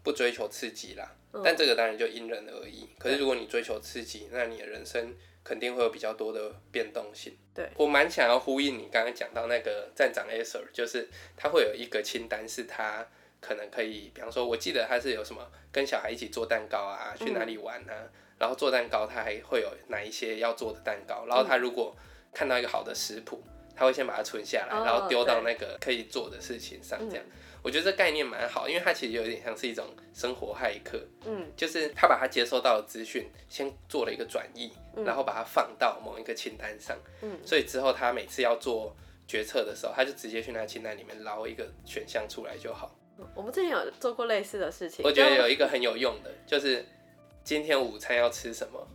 S1: 不追求刺激啦。
S3: 嗯
S1: 但这个当然就因人而异。可是如果你追求刺激，那你的人生肯定会有比较多的变动性。
S3: 对
S1: 我蛮想要呼应你刚刚讲到那个站长 a s e r 就是他会有一个清单，是他可能可以，比方说，我记得他是有什么跟小孩一起做蛋糕啊，
S3: 嗯
S1: 去哪里玩啊，然后做蛋糕他还会有哪一些要做的蛋
S3: 嗯
S1: 糕，然后他如果看到一个好的食谱，他会先把它存下来，
S3: 哦
S1: 然后丢到那个可以做的事情
S3: 嗯
S1: 上，这样。我觉得这概念蛮好，因为它其实有点像是一种生活骇客，
S3: 嗯，
S1: 就是他把他接收到的资讯先做了一个转译，
S3: 嗯
S1: 然后把它放到某一个清单上，
S3: 嗯
S1: 所以之后他每次要做决策的时候，他就直接去那清单里面捞一个选项出来就好。
S3: 我们之前有做过类似的事情。
S1: 我觉得有
S3: 就
S1: 一个很有用的，就是今天午餐要吃什么，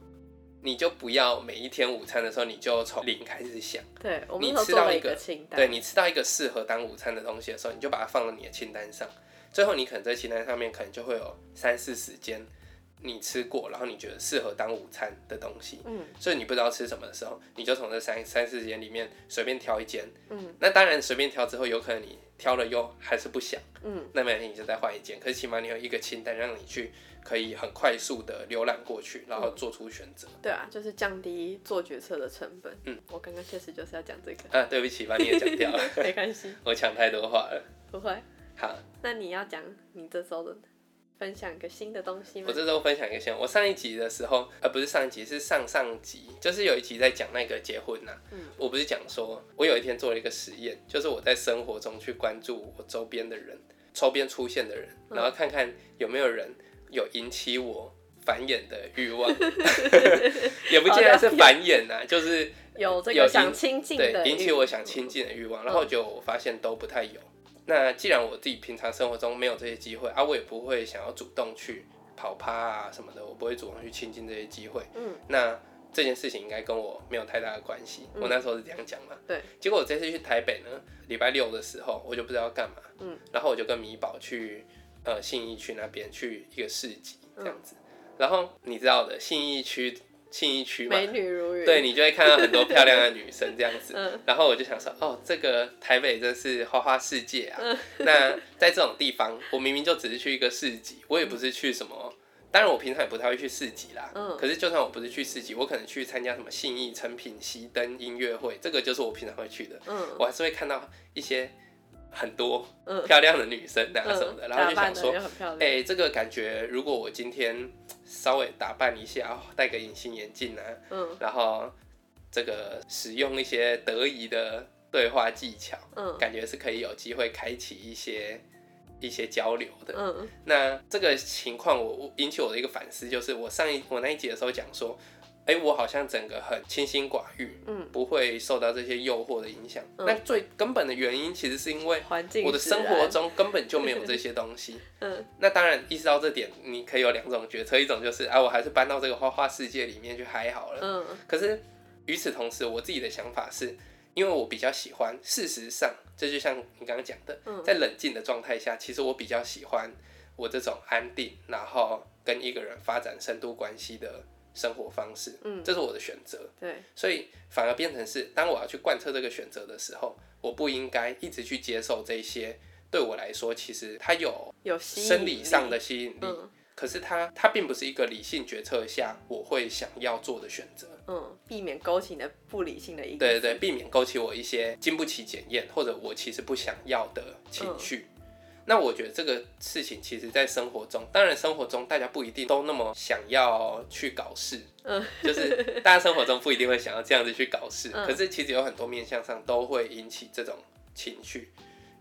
S1: 你就不要每一天午餐的时候你就从零开始想，
S3: 对，我们
S1: 你
S3: 那时候
S1: 吃
S3: 做
S1: 到
S3: 了
S1: 一
S3: 一个
S1: 个
S3: 清单。
S1: 对你吃到一个适合当午餐的东西的时候，你就把它放到你的清单上。最后，你可能在清单上面可能就会有三四十间你吃过，然后你觉得适合当午餐的东西。
S3: 嗯
S1: 所以你不知道吃什么的时候，你就从这三三四间里面随便挑一间。
S3: 嗯
S1: 那当然，随便挑之后，有可能你挑了又还是不想，
S3: 嗯
S1: 那么你就再换一间。可是起码你有一个清单，让你去可以很快速的浏览过去，然
S3: 嗯
S1: 后做出选择。
S3: 对啊，就是降低做决策的成本。
S1: 嗯，
S3: 我刚刚确实就是要讲这个，
S1: 啊，对不起，把你也讲掉了，
S3: 没关系，
S1: 我讲太多话了。
S3: 不会。
S1: 好，
S3: 那你要讲你这周的分享一个新的东西吗
S1: 我？这周分享一个新闻，我上一集的时候，呃，不是上一集，是上上集，就是有一集在讲那个结婚呐、
S3: 嗯
S1: 我不是讲说，我有一天做了一个实验，就是我在生活中去关注我周边的人，周边出现的人，
S3: 嗯
S1: 然后看看有没有人有引起我繁衍的欲 望， 也不见得是繁衍呐、就是
S3: 有这
S1: 有
S3: 个
S1: 引
S3: 想亲近
S1: 对
S3: 的欲，
S1: 引起我想亲近的欲望，然后就我发现都不太有。那既然我自己平常生活中没有这些机会啊，我也不会想要主动去跑趴啊什么的，我不会主动去亲近这些机会。
S3: 嗯，
S1: 那这件事情应该跟我没有太大的关系。
S3: 嗯
S1: 我那时候是这样讲嘛。
S3: 对。
S1: 结果我这次去台北呢，礼拜六的时候我就不知道要干嘛，
S3: 嗯，
S1: 然后我就跟米宝去呃信义区那边去一个市集这样
S3: 嗯
S1: 子。然后你知道的，信义区信义区嘛，
S3: 美女如云。
S1: 对，你就会看到很多漂亮的女生这样子。
S3: 嗯
S1: 然后我就想说，哦，这个台北真是花花世界啊！
S3: 嗯
S1: 那在这种地方，我明明就只是去一个市集，我也不是去什么。当然，我平常也不太会去市集啦。
S3: 嗯
S1: 可是，就算我不是去市集，我可能去参加什么信义、成品、熄灯音乐会，这个就是我平常会去的。
S3: 嗯
S1: 我还是会看到一些很多
S3: 嗯
S1: 漂亮的女生啊
S3: 嗯，
S1: 什么的，然后就想
S3: 打扮
S1: 说
S3: 得，又很漂亮，
S1: 哎、这个感觉，如果我今天稍微打扮一下，哦戴个隐形眼镜啊，
S3: 嗯
S1: 然后这个使用一些得宜的对话技巧，
S3: 嗯
S1: 感觉是可以有机会开启一些一些交流的。
S3: 嗯
S1: 那这个情况我，我引起我的一个反思，就是我上一我那一集的时候讲说，哎、我好像整个很清心寡欲，
S3: 嗯，
S1: 不会受到这些诱惑的影响。
S3: 嗯
S1: 那最根本的原因，其实是因为
S3: 环境
S1: 我的
S3: 使
S1: 生活
S3: 然，
S1: 中根本就没 有这些东西。
S3: 嗯
S1: 那当然，意识到这点，你可以有两种决策，一种就是啊，我还是搬到这个花花世界里面去嗨好了。
S3: 嗯
S1: 可是与此同时，我自己的想法是，因为我比较喜欢，事实上，这就像你刚刚讲的，
S3: 嗯
S1: 在冷静的状态下，其实我比较喜欢我这种安定，然后跟一个人发展深度关系的生活方式，
S3: 嗯
S1: 这是我的选择，
S3: 对，
S1: 所以反而变成是，当我要去贯彻这个选择的时候，我不应该一直去接受这些。对我来说，其实它有
S3: 有吸引
S1: 生理上的
S3: 力，
S1: 吸引力，
S3: 嗯
S1: 可是它它并不是一个理性决策下我会想要做的选择。
S3: 嗯，避免勾起你的不理性的因素，
S1: 对对对，避免勾起我一些经不起检验或者我其实不想要的情绪。那我觉得这个事情，其实在生活中，当然生活中大家不一定都那么想要去搞事，
S3: 嗯，
S1: 就是大家生活中不一定会想要这样子去搞事，
S3: 嗯
S1: 可是其实有很多面向上都会引起这种情绪。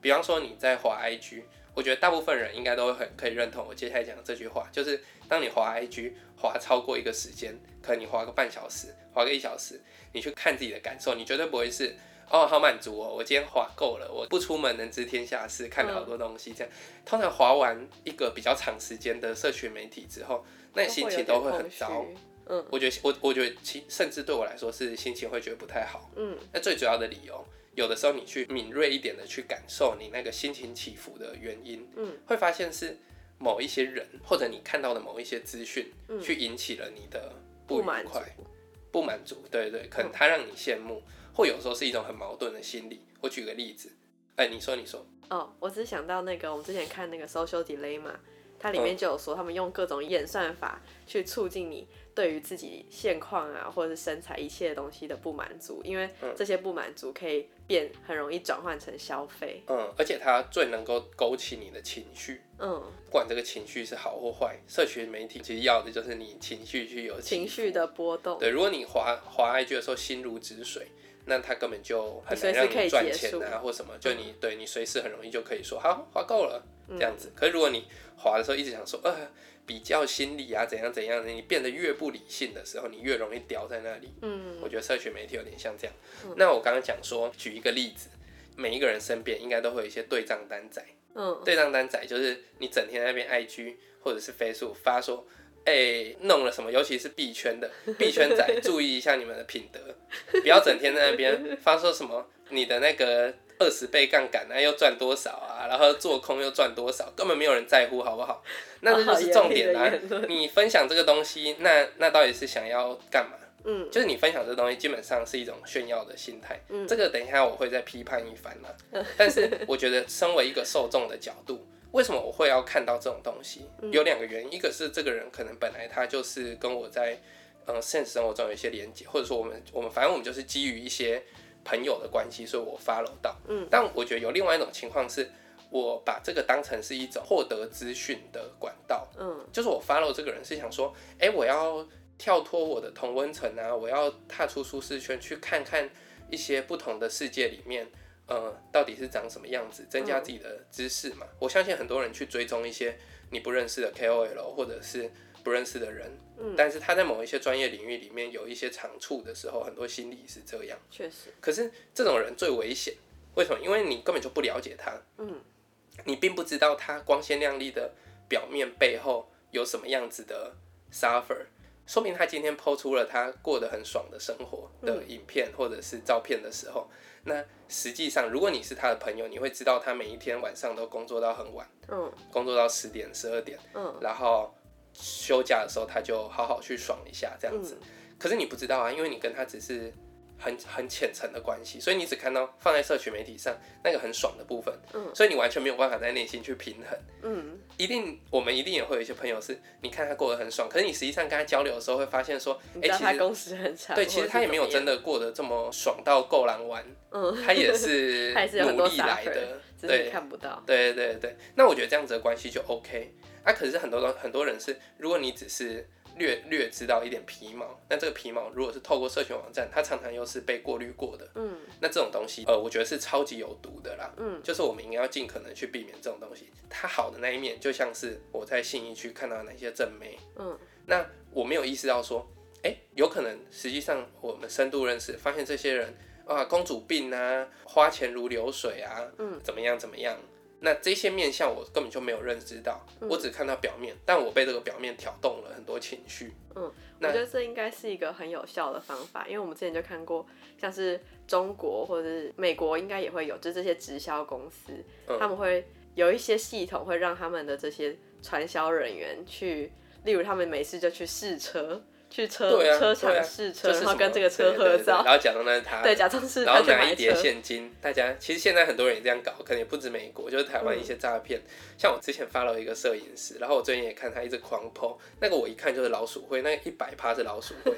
S1: 比方说你在滑 IG，我觉得大部分人应该都会很可以认同我接下来讲的这句话，就是当你滑 IG 滑超过一个时间，可能你滑个半小时，滑个一小时，你去看自己的感受，你绝对不会是哦，好满足哦，我今天滑够了，我不出门能知天下事，看了好
S3: 嗯
S1: 多东西这样。通常滑完一个比较长时间的社群媒体之后，那你心情都会很糟。
S3: 有点空虚，嗯
S1: 我觉得我我觉得其甚至对我来说是心情会觉得不太好。
S3: 嗯，
S1: 那最主要的理由，有的时候你去敏锐一点的去感受你那个心情起伏的原因，
S3: 嗯，
S1: 会发现是某一些人或者你看到的某一些资讯，
S3: 嗯
S1: 去引起了你的不愉
S3: 满足嗯
S1: 快、，不满足，对对，可能他让你羡慕，或有时候是一种很矛盾的心理。我举个例子，哎、你说你说，
S3: 哦，我只是想到那个我们之前看那个 social dilemma，它里面
S1: 嗯
S3: 就有说他们用各种演算法去促进你对于自己现况啊，或者是身材一切东西的不满足，因为
S1: 嗯
S3: 这些不满足可以变很容易转换成消费。
S1: 嗯，而且它最能够勾起你的情绪。
S3: 嗯，
S1: 不管这个情绪是好或坏，社群媒体其实要的就是你情绪去有
S3: 情
S1: 起
S3: 绪
S1: 伏
S3: 的波动，
S1: 对，如果你滑滑 IG 的时候心如止水，那它根本就很
S3: 你随
S1: 难
S3: 时
S1: 让
S3: 可
S1: 你
S3: 以
S1: 赚
S3: 结
S1: 钱
S3: 束嗯
S1: 啊，或什么。就你对你随时很容易就可以说好滑够了这样
S3: 嗯
S1: 子。可是如果你滑的时候一直想说呃比较心理啊怎样怎样的，你变得越不理性的时候，你越容易掉在那里。
S3: 嗯
S1: 我觉得社群媒体有点像这样。那我刚刚讲说，举一个例子，每一个人身边应该都会有一些对账单仔。
S3: 嗯，
S1: 对账单仔就是你整天在那边 IG 或者是 Facebook 发说，哎、弄了什么，尤其是币圈的币圈仔，注意一下你们的品德，不要整天在那边发说什么你的那个二十倍杠杆啊，又赚多少啊，然后做空又赚多少，根本没有人在乎，好不好？那这 就是重点
S3: 哦好
S1: 啊
S3: 严厉的言！论
S1: 你分享这个东西，那那到底是想要干嘛？
S3: 嗯，
S1: 就是你分享这东西，基本上是一种炫耀的心态。这个等一下我会再批判一番啦。
S3: 嗯
S1: 但是我觉得，身为一个受众的角度，为什么我会要看到这种东西？
S3: 嗯
S1: 有两个原因，一个是这个人可能本来他就是跟我在嗯现实生活中有一些连接，或者说我们我们反正我们就是基于一些朋友的关系，所以我 follow 到。
S3: 嗯，
S1: 但我觉得有另外一种情况是。我把这个当成是一种获得资讯的管道，
S3: 嗯
S1: 就是我 follow 这个人是想说，哎、我要跳脱我的同温层啊，我要踏出舒适圈，去看看一些不同的世界里面，呃，到底是长什么样子，增加自己的知识嘛。我相信很多人去追踪一些你不认识的 KOL 或者是不认识的人，
S3: 嗯
S1: 但是他在某一些专业领域里面有一些长处的时候，很多心理是这样。
S3: 确实，
S1: 可是这种人最危险，为什么？因为你根本就不了解他，
S3: 嗯，
S1: 你并不知道他光鲜亮丽的表面背后有什么样子的 suffer，说明他今天抛出了他过得很爽的生活的影片或者是照片的时候，那实际上如果你是他的朋友，你会知道他每一天晚上都工作到很晚，
S3: 嗯
S1: 工作到十点、十二点，
S3: 嗯
S1: 然后休假的时候他就好好去爽一下这样子。
S3: 嗯
S1: 可是你不知道啊，因为你跟他只是很很浅层的关系，所以你只看到放在社群媒体上那个很爽的部分，
S3: 嗯
S1: 所以你完全没有办法在内心去平衡。
S3: 嗯，
S1: 一定，我们一定也会有一些朋友是，你看他过得很爽，可是你实际上跟他交流的时候，会发现说，
S3: 你
S1: 哎、
S3: 知道
S1: 其
S3: 他
S1: 实
S3: 工时很长，
S1: 对，其实他也没有真
S3: 的，
S1: 的过得这么爽到够狼玩，
S3: 嗯，
S1: 他也 是
S3: 他也是有很
S1: 努
S3: 多
S1: 力来
S3: suffer，
S1: 的，
S3: 只是
S1: 对
S3: 你，看不到，
S1: 对对对，那我觉得这样子的关系就 OK。啊，可是很多东很多人是，如果你只是略略知道一点皮毛，那这个皮毛如果是透过社群网站，它常常又是被过滤过的，
S3: 嗯
S1: 那这种东西，呃，我觉得是超级有毒的啦。
S3: 嗯
S1: 就是我们应该要尽可能去避免这种东西。它好的那一面，就像是我在信义区看到的那些正妹，
S3: 嗯
S1: 那我没有意识到说，哎、有可能实际上我们深度认识，发现这些人啊，公主病啊，花钱如流水啊，
S3: 嗯，
S1: 怎么样怎么样，那这些面相我根本就没有认知到，
S3: 嗯
S1: 我只看到表面，但我被这个表面挑动了很多情绪。那
S3: 我觉得这应该是一个很有效的方法，因为我们之前就看过，像是中国或者是美国应该也会有，就这些直销公司，
S1: 嗯
S3: 他们会有一些系统会让他们的这些传销人员去，例如他们没事就去试车，去车、
S1: 对啊，
S3: 车
S1: 对
S3: 场
S1: 啊
S3: 试车，
S1: 就是
S3: 然后
S1: 什
S3: 跟
S1: 么
S3: 这个车
S1: 对对
S3: 合
S1: 对
S3: 照，
S1: 然后假装那是他，
S3: 对，假装是
S1: 然
S3: 他
S1: 后
S3: 去
S1: 拿
S3: 买
S1: 一叠
S3: 车，
S1: 现金，大家其实现在很多人也这样搞，可能也不止美国，就是台
S3: 嗯
S1: 湾一些诈骗。像我之前发了一个摄影师，然后我最近也看他一直狂抛，那个我一看就是老鼠会，那个一百趴是老鼠 会，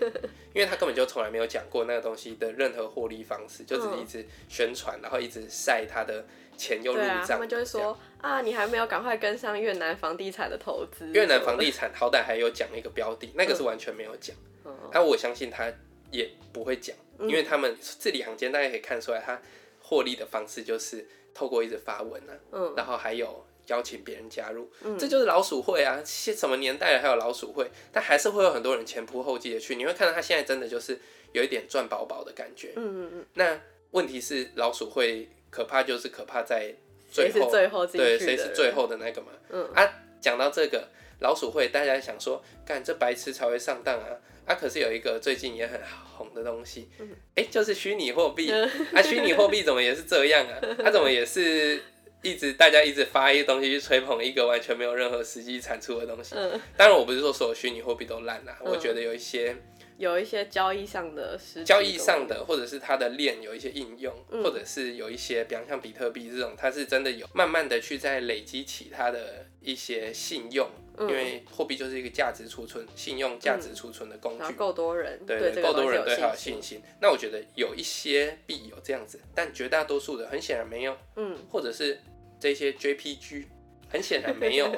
S1: 因为他根本就从来没有讲过那个东西的任何获利方式，就
S3: 嗯
S1: 只是一直宣传，然后一直晒他的钱又入
S3: 对啊
S1: 账，，
S3: 他们就会
S1: 这样
S3: 说啊，你还没有赶快跟上越南房地产的投资，
S1: 越南房地产好歹还有讲一个标的，那个是完全没有讲。
S3: 嗯
S1: 但我相信他也不会讲，因为他们字里行间大家可以看出来，他获利的方式就是透过一直发文啊，
S3: 嗯
S1: 然后还有邀请别人加入，这就是老鼠会啊！现什么年代了还有老鼠会？但还是会有很多人前仆后继的去，你会看到他现在真的就是有一点赚饱饱的感觉。
S3: 嗯嗯嗯，
S1: 那问题是老鼠会可怕就是可怕在
S3: 谁
S1: 最
S3: 是
S1: 后，
S3: 最后进去的
S1: 对，
S3: 人？
S1: 谁是最后的那个嘛？
S3: 嗯
S1: 啊，讲到这个老鼠会，大家想说，干这白痴才会上当啊！啊，可是有一个最近也很红的东西，哎、就是虚拟货币
S3: 嗯
S1: 啊，虚拟货币怎么也是这样啊？它、怎么也是一直大家一直发一些东西去吹捧一个完全没有任何实际产出的东西。
S3: 嗯，
S1: 当然，我不是说所有虚拟货币都烂啦、
S3: 嗯
S1: 我觉得有一些
S3: 有一些交易上的实体
S1: 交易上
S3: 东
S1: 的，或者是它的链有一些应用，
S3: 嗯
S1: 或者是有一些，比方像比特币这种，它是真的有慢慢的去在累积起它的一些信用，
S3: 嗯
S1: 因为货币就是一个价值储存、信用价值储存的工
S3: 西，然后
S1: 具。
S3: 够多人
S1: 对
S3: 这
S1: 对，
S3: 个
S1: 够
S3: 东
S1: 多
S3: 西
S1: 人对它有
S3: 信
S1: 信，心。那我觉得有一些币有这样子，但绝大多数的很显然没有，
S3: 嗯，
S1: 或者是这些 JPG 很显然 没有。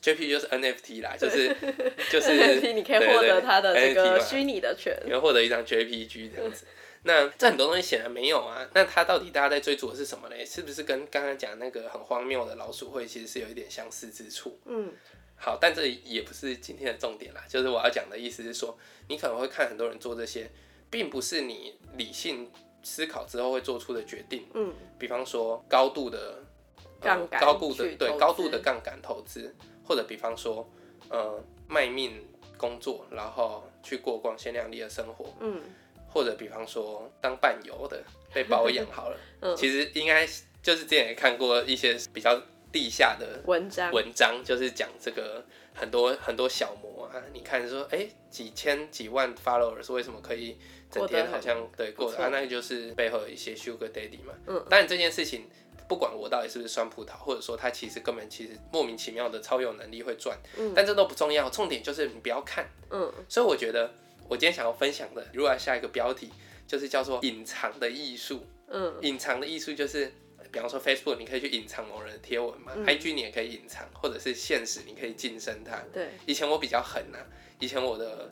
S1: JPG 就是 NFT 啦，就是就是
S3: 你可以
S1: 对对
S3: 获得
S1: 对
S3: 它的这
S1: NFT
S3: 个
S1: 嘛
S3: 虚拟的权，
S1: 你会获得一张 JPG 这样子。那这很多东西显然没有啊，那它到底大家在追逐的是什么嘞？是不是跟刚刚讲那个很荒谬的老鼠会其实是有一点相似之处？
S3: 嗯
S1: 好，但这也不是今天的重点啦。就是我要讲的意思是说，你可能会看很多人做这些，并不是你理性思考之后会做出的决定。
S3: 嗯，
S1: 比方说高度的呃
S3: 杠杆
S1: 高度的
S3: 去投
S1: 对
S3: 资
S1: 高度的杠杆投资，或者比方说呃卖命工作，然后去过光鲜亮丽的生活，
S3: 嗯，
S1: 或者比方说当伴游的被包 养好了，
S3: 嗯
S1: 其实应该就是之前也看过一些比较地下的
S3: 文章，
S1: 文章，就是讲这个很多很多小模啊，你看说哎、诶几千几万 followers 为什么可以整天好像对
S3: 不
S1: 过
S3: 错
S1: 的啊，那个就是背后有一些 sugar daddy 嘛。
S3: 嗯
S1: 当然这件事情。不管我到底是不是酸葡萄，或者说他其实根本其实莫名其妙的超有能力会赚，
S3: 嗯
S1: 但这都不重要，重点就是你不要看，
S3: 嗯
S1: 所以我觉得我今天想要分享的，如果要下一个标题，就是叫做“隐藏的艺术”。
S3: 嗯
S1: 隐藏的艺术就是，呃比方说 Facebook 你可以去隐藏某人的贴文嘛、
S3: 嗯
S1: i g 你也可以隐藏，或者是现实你可以晋升它。
S3: 对，
S1: 以前我比较狠呐、以前我的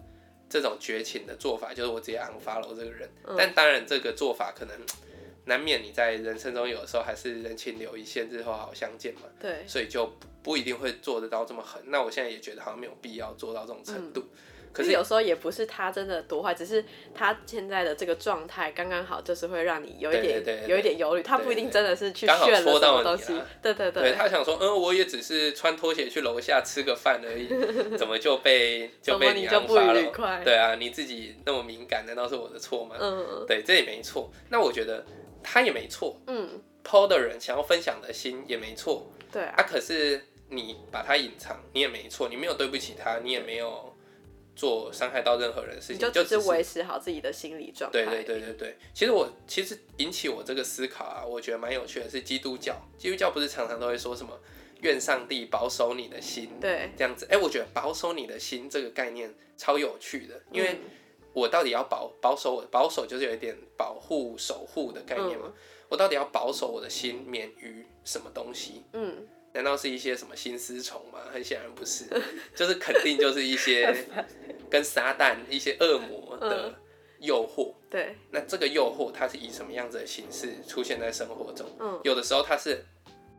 S1: 这种绝情的做法就是我直接 unfollow 这个人，
S3: 嗯
S1: 但当然这个做法可能难免你在人生中有的时候还是人情留一线，日后好相见嘛。
S3: 对，
S1: 所以就不不一定会做得到这么狠。那我现在也觉得好像没有必要做到这种程度。可
S3: 就是嗯有时候也不是他真的多坏，只是他现在的这个状态刚刚好，就是会让你有一
S1: 对
S3: 点
S1: 对对对
S3: 有一点忧虑，他不一定真的是去
S1: 刚好
S3: 炫了
S1: 戳
S3: 什
S1: 到
S3: 么东
S1: 你
S3: 西
S1: 啦，
S3: 对对
S1: 对，他想说，嗯，我也只是穿拖鞋去楼下吃个饭而已，怎么就 被就被
S3: 怎么你就
S1: 安
S3: 不
S1: 发
S3: 愉
S1: 了？
S3: 快
S1: 对啊，你自己那么敏感，难道是我的错吗？
S3: 嗯
S1: 对，这也没错。那我觉得他也没错
S3: 嗯，
S1: ，PO 的人想要分享的心也没错
S3: 对啊，
S1: 啊。可是你把它隐藏，你也没错，你没有对不起他，你也没有做伤害到任何人的事
S3: 你
S1: 情，
S3: 就
S1: 就
S3: 只是
S1: 只是
S3: 维持好自己的心理状态，
S1: 对对对对对，其实我其实引起我这个思考啊，我觉得蛮有趣的是基督教，基督教不是常常都会说什么愿上帝保守你的心，
S3: 对
S1: 这样子。哎、我觉得保守你的心这个概念超有趣的，因为
S3: 嗯
S1: 我到底要保保守我保守就是有一点保护守护的概念嘛，
S3: 嗯
S1: 我到底要保守我的心免于什么东西？
S3: 嗯，
S1: 难道是一些什么心丝虫吗？很显然不是，就是肯定就是一些跟撒旦、一些恶魔的诱惑。
S3: 对，
S1: 那这个诱惑，它是以什么样子的形式出现在生活中？
S3: 嗯
S1: 有的时候它是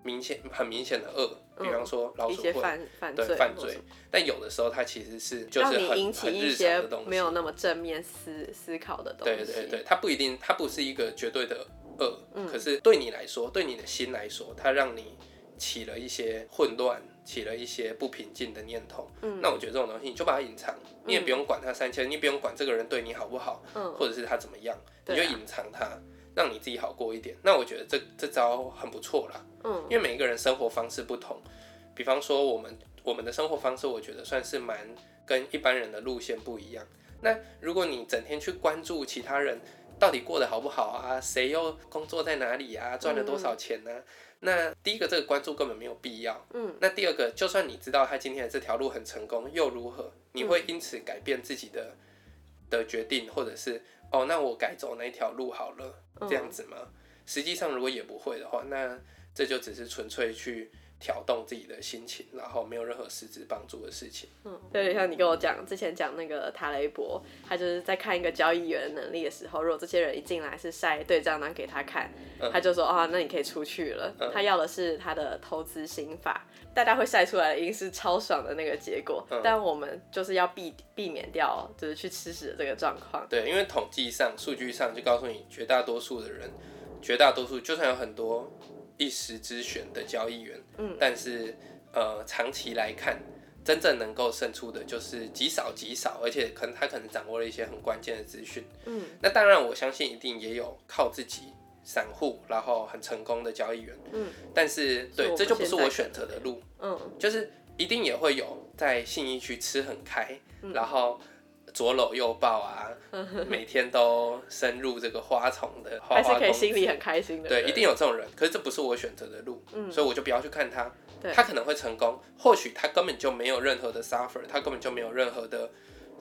S1: 明显很明显的恶，
S3: 嗯
S1: 比方说老
S3: 一
S1: 鼠
S3: 些
S1: 会，
S3: 犯犯罪
S1: 对犯
S3: 或
S1: 罪
S3: 什么。
S1: 但有的时候它其实是就是
S3: 让你
S1: 很
S3: 引起
S1: 很
S3: 一
S1: 日常
S3: 些
S1: 的东西，
S3: 没有那么正面思思考的东
S1: 对
S3: 西。
S1: 对对，它不一定，它不是一个绝对的恶，
S3: 嗯
S1: 可是对你来说，对你的心来说，它让你起了一些混乱，起了一些不平静的念头，
S3: 嗯
S1: 那我觉得这种东西你就把它隐藏，你也不用管它三千，你不用管这个人对你好不好，
S3: 嗯
S1: 或者是他怎么样，
S3: 对
S1: 你就
S3: 啊
S1: 隐藏它，让你自己好过一点。那我觉得这这招很不错啦，
S3: 嗯
S1: 因为每一个人生活方式不同，比方说我们我们的生活方式，我觉得算是蛮跟一般人的路线不一样。那如果你整天去关注其他人到底过得好不好啊，谁又工作在哪里啊，赚了多少钱呢、那第一个，这个关注根本没有必要。
S3: 嗯，
S1: 那第二个，就算你知道他今天的这条路很成功，又如何？你会因此改变自己的的决定，或者是哦，那我改走那一条路好了，
S3: 嗯
S1: 这样子吗？实际上，如果也不会的话，那这就只是纯粹去挑动自己的心情，然后没有任何实质帮助的事情。
S3: 嗯，就有点像你跟我讲之前讲那个塔雷博，他就是在看一个交易员的能力的时候，如果这些人一进来是晒对账单给他看，
S1: 嗯
S3: 他就说啊，那你可以出去了。
S1: 嗯
S3: 他要的是他的投资心法，大家会晒出来的一定是超爽的那个结果，
S1: 嗯
S3: 但我们就是要避避免掉就是去吃屎的这个状况。
S1: 对，因为统计上、数据上就告诉你，绝大多数的人，绝大多数就算有很多一时之选的交易员，
S3: 嗯
S1: 但是呃，长期来看，真正能够胜出的就是极少极少，而且可能他可能掌握了一些很关键的资讯。
S3: 嗯
S1: 那当然，我相信一定也有靠自己散户，然后很成功的交易员，
S3: 嗯
S1: 但是对
S3: 是，我
S1: 这
S3: 们
S1: 就不
S3: 现
S1: 是
S3: 在
S1: 我
S3: 可
S1: 选择的路，
S3: 嗯
S1: 就是一定也会有在信义区吃很开，
S3: 嗯
S1: 然后左搂右抱 啊，每天都深入这个花丛的花
S3: 还是
S1: 花
S3: 可以
S1: 公
S3: 心
S1: 子。
S3: 里很开心的。
S1: 对，一定。有这种人，可是这不是我选择的路，
S3: 嗯
S1: 所以我就不要去看他
S3: 对。
S1: 他可能会成功，或许他根本就没有任何的 suffer，他根本就没有任何的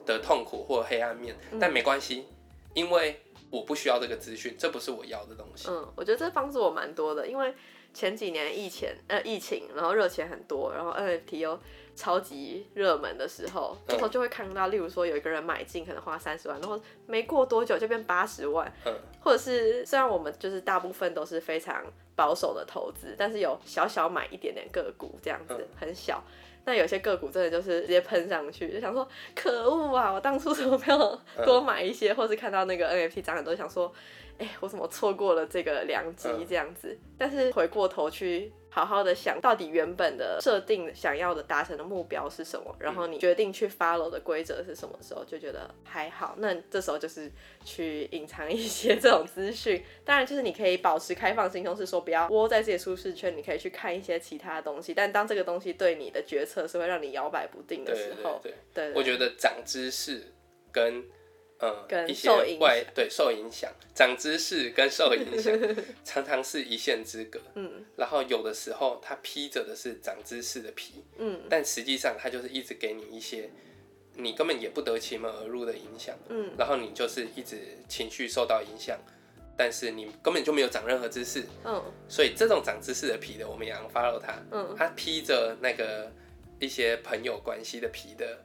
S1: 的痛苦或黑暗面，
S3: 嗯
S1: 但没关系，因为我不需要这个资讯，这不是我要的东西。
S3: 嗯，我觉得这帮助我蛮多的，因为前几年疫情，呃，疫情，然后热钱很多，然后 NFT 又超级热门的时候，这时候就会看到，例如说有一个人买进，可能花三十万，然后没过多久就变八十万，
S1: 嗯
S3: 或者是虽然我们就是大部分都是非常保守的投资，但是有小小买一点点个股这样
S1: 嗯
S3: 子，很小。那有些个股真的就是直接喷上去，就想说可恶啊！我当初怎么没
S1: 嗯
S3: 有多买一些，或是看到那个 NFT 涨很多，想说，哎、我怎么错过了这个良机
S1: 嗯
S3: 这样子？但是回过头去好好的想到底原本的设定想要的达成的目标是什么，然
S1: 嗯
S3: 后你决定去 follow 的规则是什么时候，就觉得还好。那这时候就是去隐藏一些这种资讯，当然，就是你可以保持开放心胸，是说不要窝在自己的舒适圈，你可以去看一些其他的东西。但当这个东西对你的决策是会让你摇摆不定的
S1: 对
S3: 时
S1: 对
S3: 候，
S1: 对，
S3: 对
S1: 我觉得长知识跟呃
S3: 跟
S1: 一些
S3: 受影
S1: 外对受影响，长知识跟受 影响常常是一线之隔。
S3: 嗯
S1: 然后有的时候它披着的是长知识的皮，
S3: 嗯
S1: 但实际上它就是一直给你一些你根本也不得其门而入的影响，
S3: 嗯
S1: 然后你就是一直情绪受到影响，但是你根本就没有长任何知识，
S3: 嗯
S1: 所以这种长知识的皮的，我们也 unfollow 它。
S3: 嗯
S1: 它披着那个一些朋友关系的皮的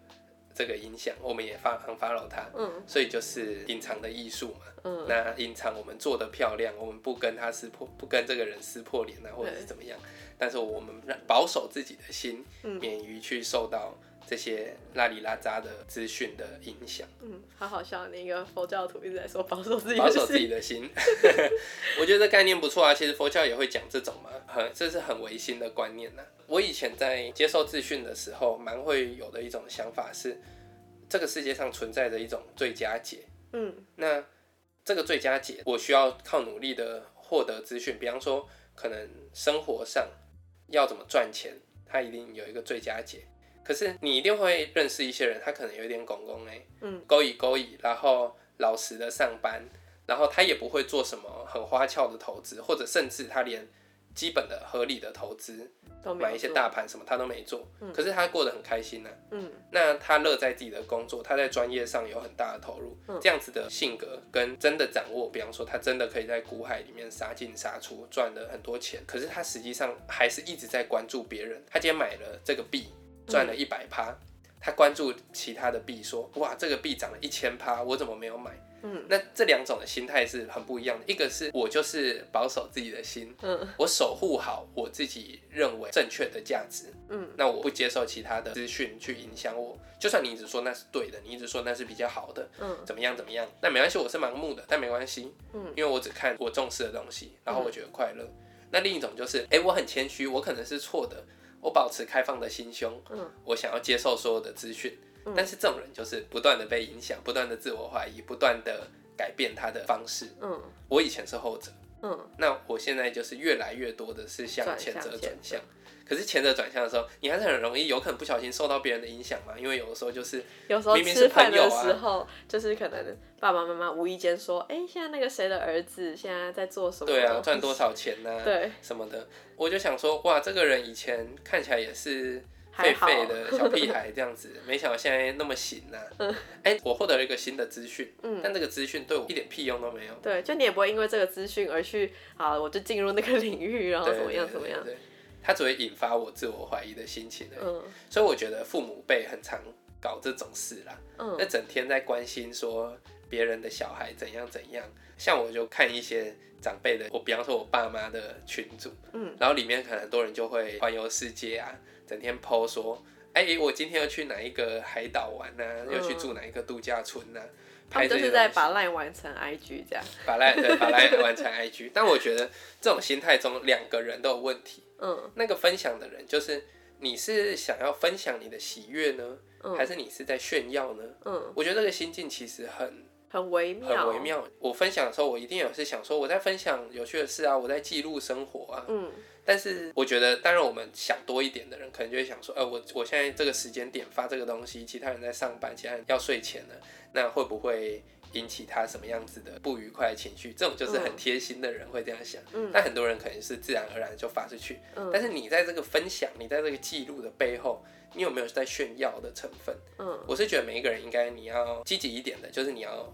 S1: 这个影响，我们也发 unfollow 它。
S3: 嗯
S1: 所以就是隐藏的艺术嘛。
S3: 嗯
S1: 那隐藏我们做的漂亮，我们不跟他撕破，不跟这个人撕破脸啊，或者是怎么样。但是我们让保守自己的心，
S3: 嗯
S1: 免于去受到这些拉里拉扎的资讯的影响，
S3: 嗯，好好笑！你一个佛教徒一直在说保守自己
S1: 保
S3: 的
S1: 守自己
S3: 心，
S1: 的心。 我觉得这概念不错啊，其实佛教也会讲这种嘛，很这是很唯心的观念呐、我以前在接受资讯的时候，蛮会有的一种想法是，这个世界上存在着一种最佳解，
S3: 嗯
S1: 那这个最佳解，我需要靠努力的获得资讯，比方说可能生活上要怎么赚钱，它一定有一个最佳解。可是你一定会认识一些人，他可能有一点拱拱哎，
S3: 嗯，
S1: 勾引勾引，然后老实的上班，然后他也不会做什么很花俏的投资，或者甚至他连基本的合理的投资，
S3: 都没有
S1: 买一些
S3: 做
S1: 大盘什么他都没做，可是他过得很开心呢、啊
S3: 嗯
S1: 那他乐在自己的工作，他在专业上有很大的投入，
S3: 嗯
S1: 这样子的性格跟真的掌握，比方说他真的可以在股海里面杀进杀出，赚了很多钱，可是他实际上还是一直在关注别人。他今天买了这个币，赚
S3: 嗯
S1: 了一百趴，他关注其他的币，说哇这个币涨了一千趴，我怎么没有买？
S3: 嗯
S1: 那这两种的心态是很不一样的，一个是我就是保守自己的心，
S3: 嗯
S1: 我守护好我自己认为正确的价值，
S3: 嗯
S1: 那我不接受其他的资讯去影响我。就算你一直说那是对的，你一直说那是比较好的，
S3: 嗯
S1: 怎么样怎么样，那没关系，我是盲目的，但没关系，
S3: 嗯
S1: 因为我只看我重视的东西，然后我觉得快乐。那另一种就是，哎、我很谦虚，我可能是错的，我保持开放的心胸，
S3: 嗯，
S1: 我想要接受所有的资讯。但是这种人就是不断的被影响，不断的自我怀疑，不断的改变他的方式。
S3: 嗯
S1: 我以前是后者，
S3: 嗯，
S1: 那我现在就是越来越多的是向
S3: 转
S1: 前
S3: 向
S1: 者
S3: 前
S1: 转
S3: 者
S1: 向。可是前者转向的时候，你还是很容易有可能不小心受到别人的影响嘛，因为有的时候就是
S3: 有时候
S1: 明明是
S3: 吃饭
S1: 朋友
S3: 的
S1: 啊
S3: 时候，就是可能爸爸妈妈无意间说，哎、现在那个谁的儿子现在在做什么？
S1: 对啊，赚多少钱呐、
S3: 嗯对，
S1: 什么的，我就想说，哇，这个人以前看起来也是
S3: 还
S1: 废
S3: 好
S1: 废的小屁孩这样子，没想到现在那么行呐、哎、我获得了一个新的资讯，
S3: 嗯
S1: 但这个资讯对我一点屁用都没有。
S3: 对，就你也不会因为这个资讯而去啊，我就进入那个 领域，然后
S1: 对
S3: 啊怎么样
S1: 对
S3: 怎么
S1: 对
S3: 样，
S1: 对，他只会引发我自我怀疑的心情而已。
S3: 嗯
S1: 所以我觉得父母辈很常搞这种事啦，那
S3: 嗯
S1: 整天在关心说别人的小孩怎样怎样。像我就看一些长辈的，我比方说我爸妈的群组，
S3: 嗯，
S1: 然后里面可能很多人就会环游世界啊，整天 PO 说，哎、我今天要去哪一个海岛玩呐、啊，
S3: 嗯
S1: 又去住哪一个度假村呐、啊，
S3: 他们
S1: 拍这
S3: 就
S1: 些
S3: 是在
S1: 东西
S3: 把 line 完成 IG 这样，
S1: 把赖对把赖完成 IG，但我 觉得这种心态中两个人都有问题。
S3: 嗯
S1: 那个分享的人就是你是想要分享你的喜悦呢，还
S3: 嗯
S1: 是你是在炫耀呢？
S3: 嗯，
S1: 我觉得这个心境其实很
S3: 很微妙，
S1: 很微，妙。我分享的时候，我一定也是想说我在分享有趣的事啊，我在记录生活啊。
S3: 嗯
S1: 但是我觉得，当然我们想多一点的人，可能就会想说，呃，我我现在这个时间点发这个东西，其他人在上班，其他人要睡前了，那会不会引起他什么样子的不愉快情绪？这种就是很
S3: 嗯
S1: 贴心的人会这样想。
S3: 嗯
S1: 但很多人可能是自然而然就发出去，
S3: 嗯，
S1: 但是你在这个分享，你在这个记录的背后，你有没有在炫耀的成分？
S3: 嗯，
S1: 我是觉得每一个人应该你要积极一点的，就是你要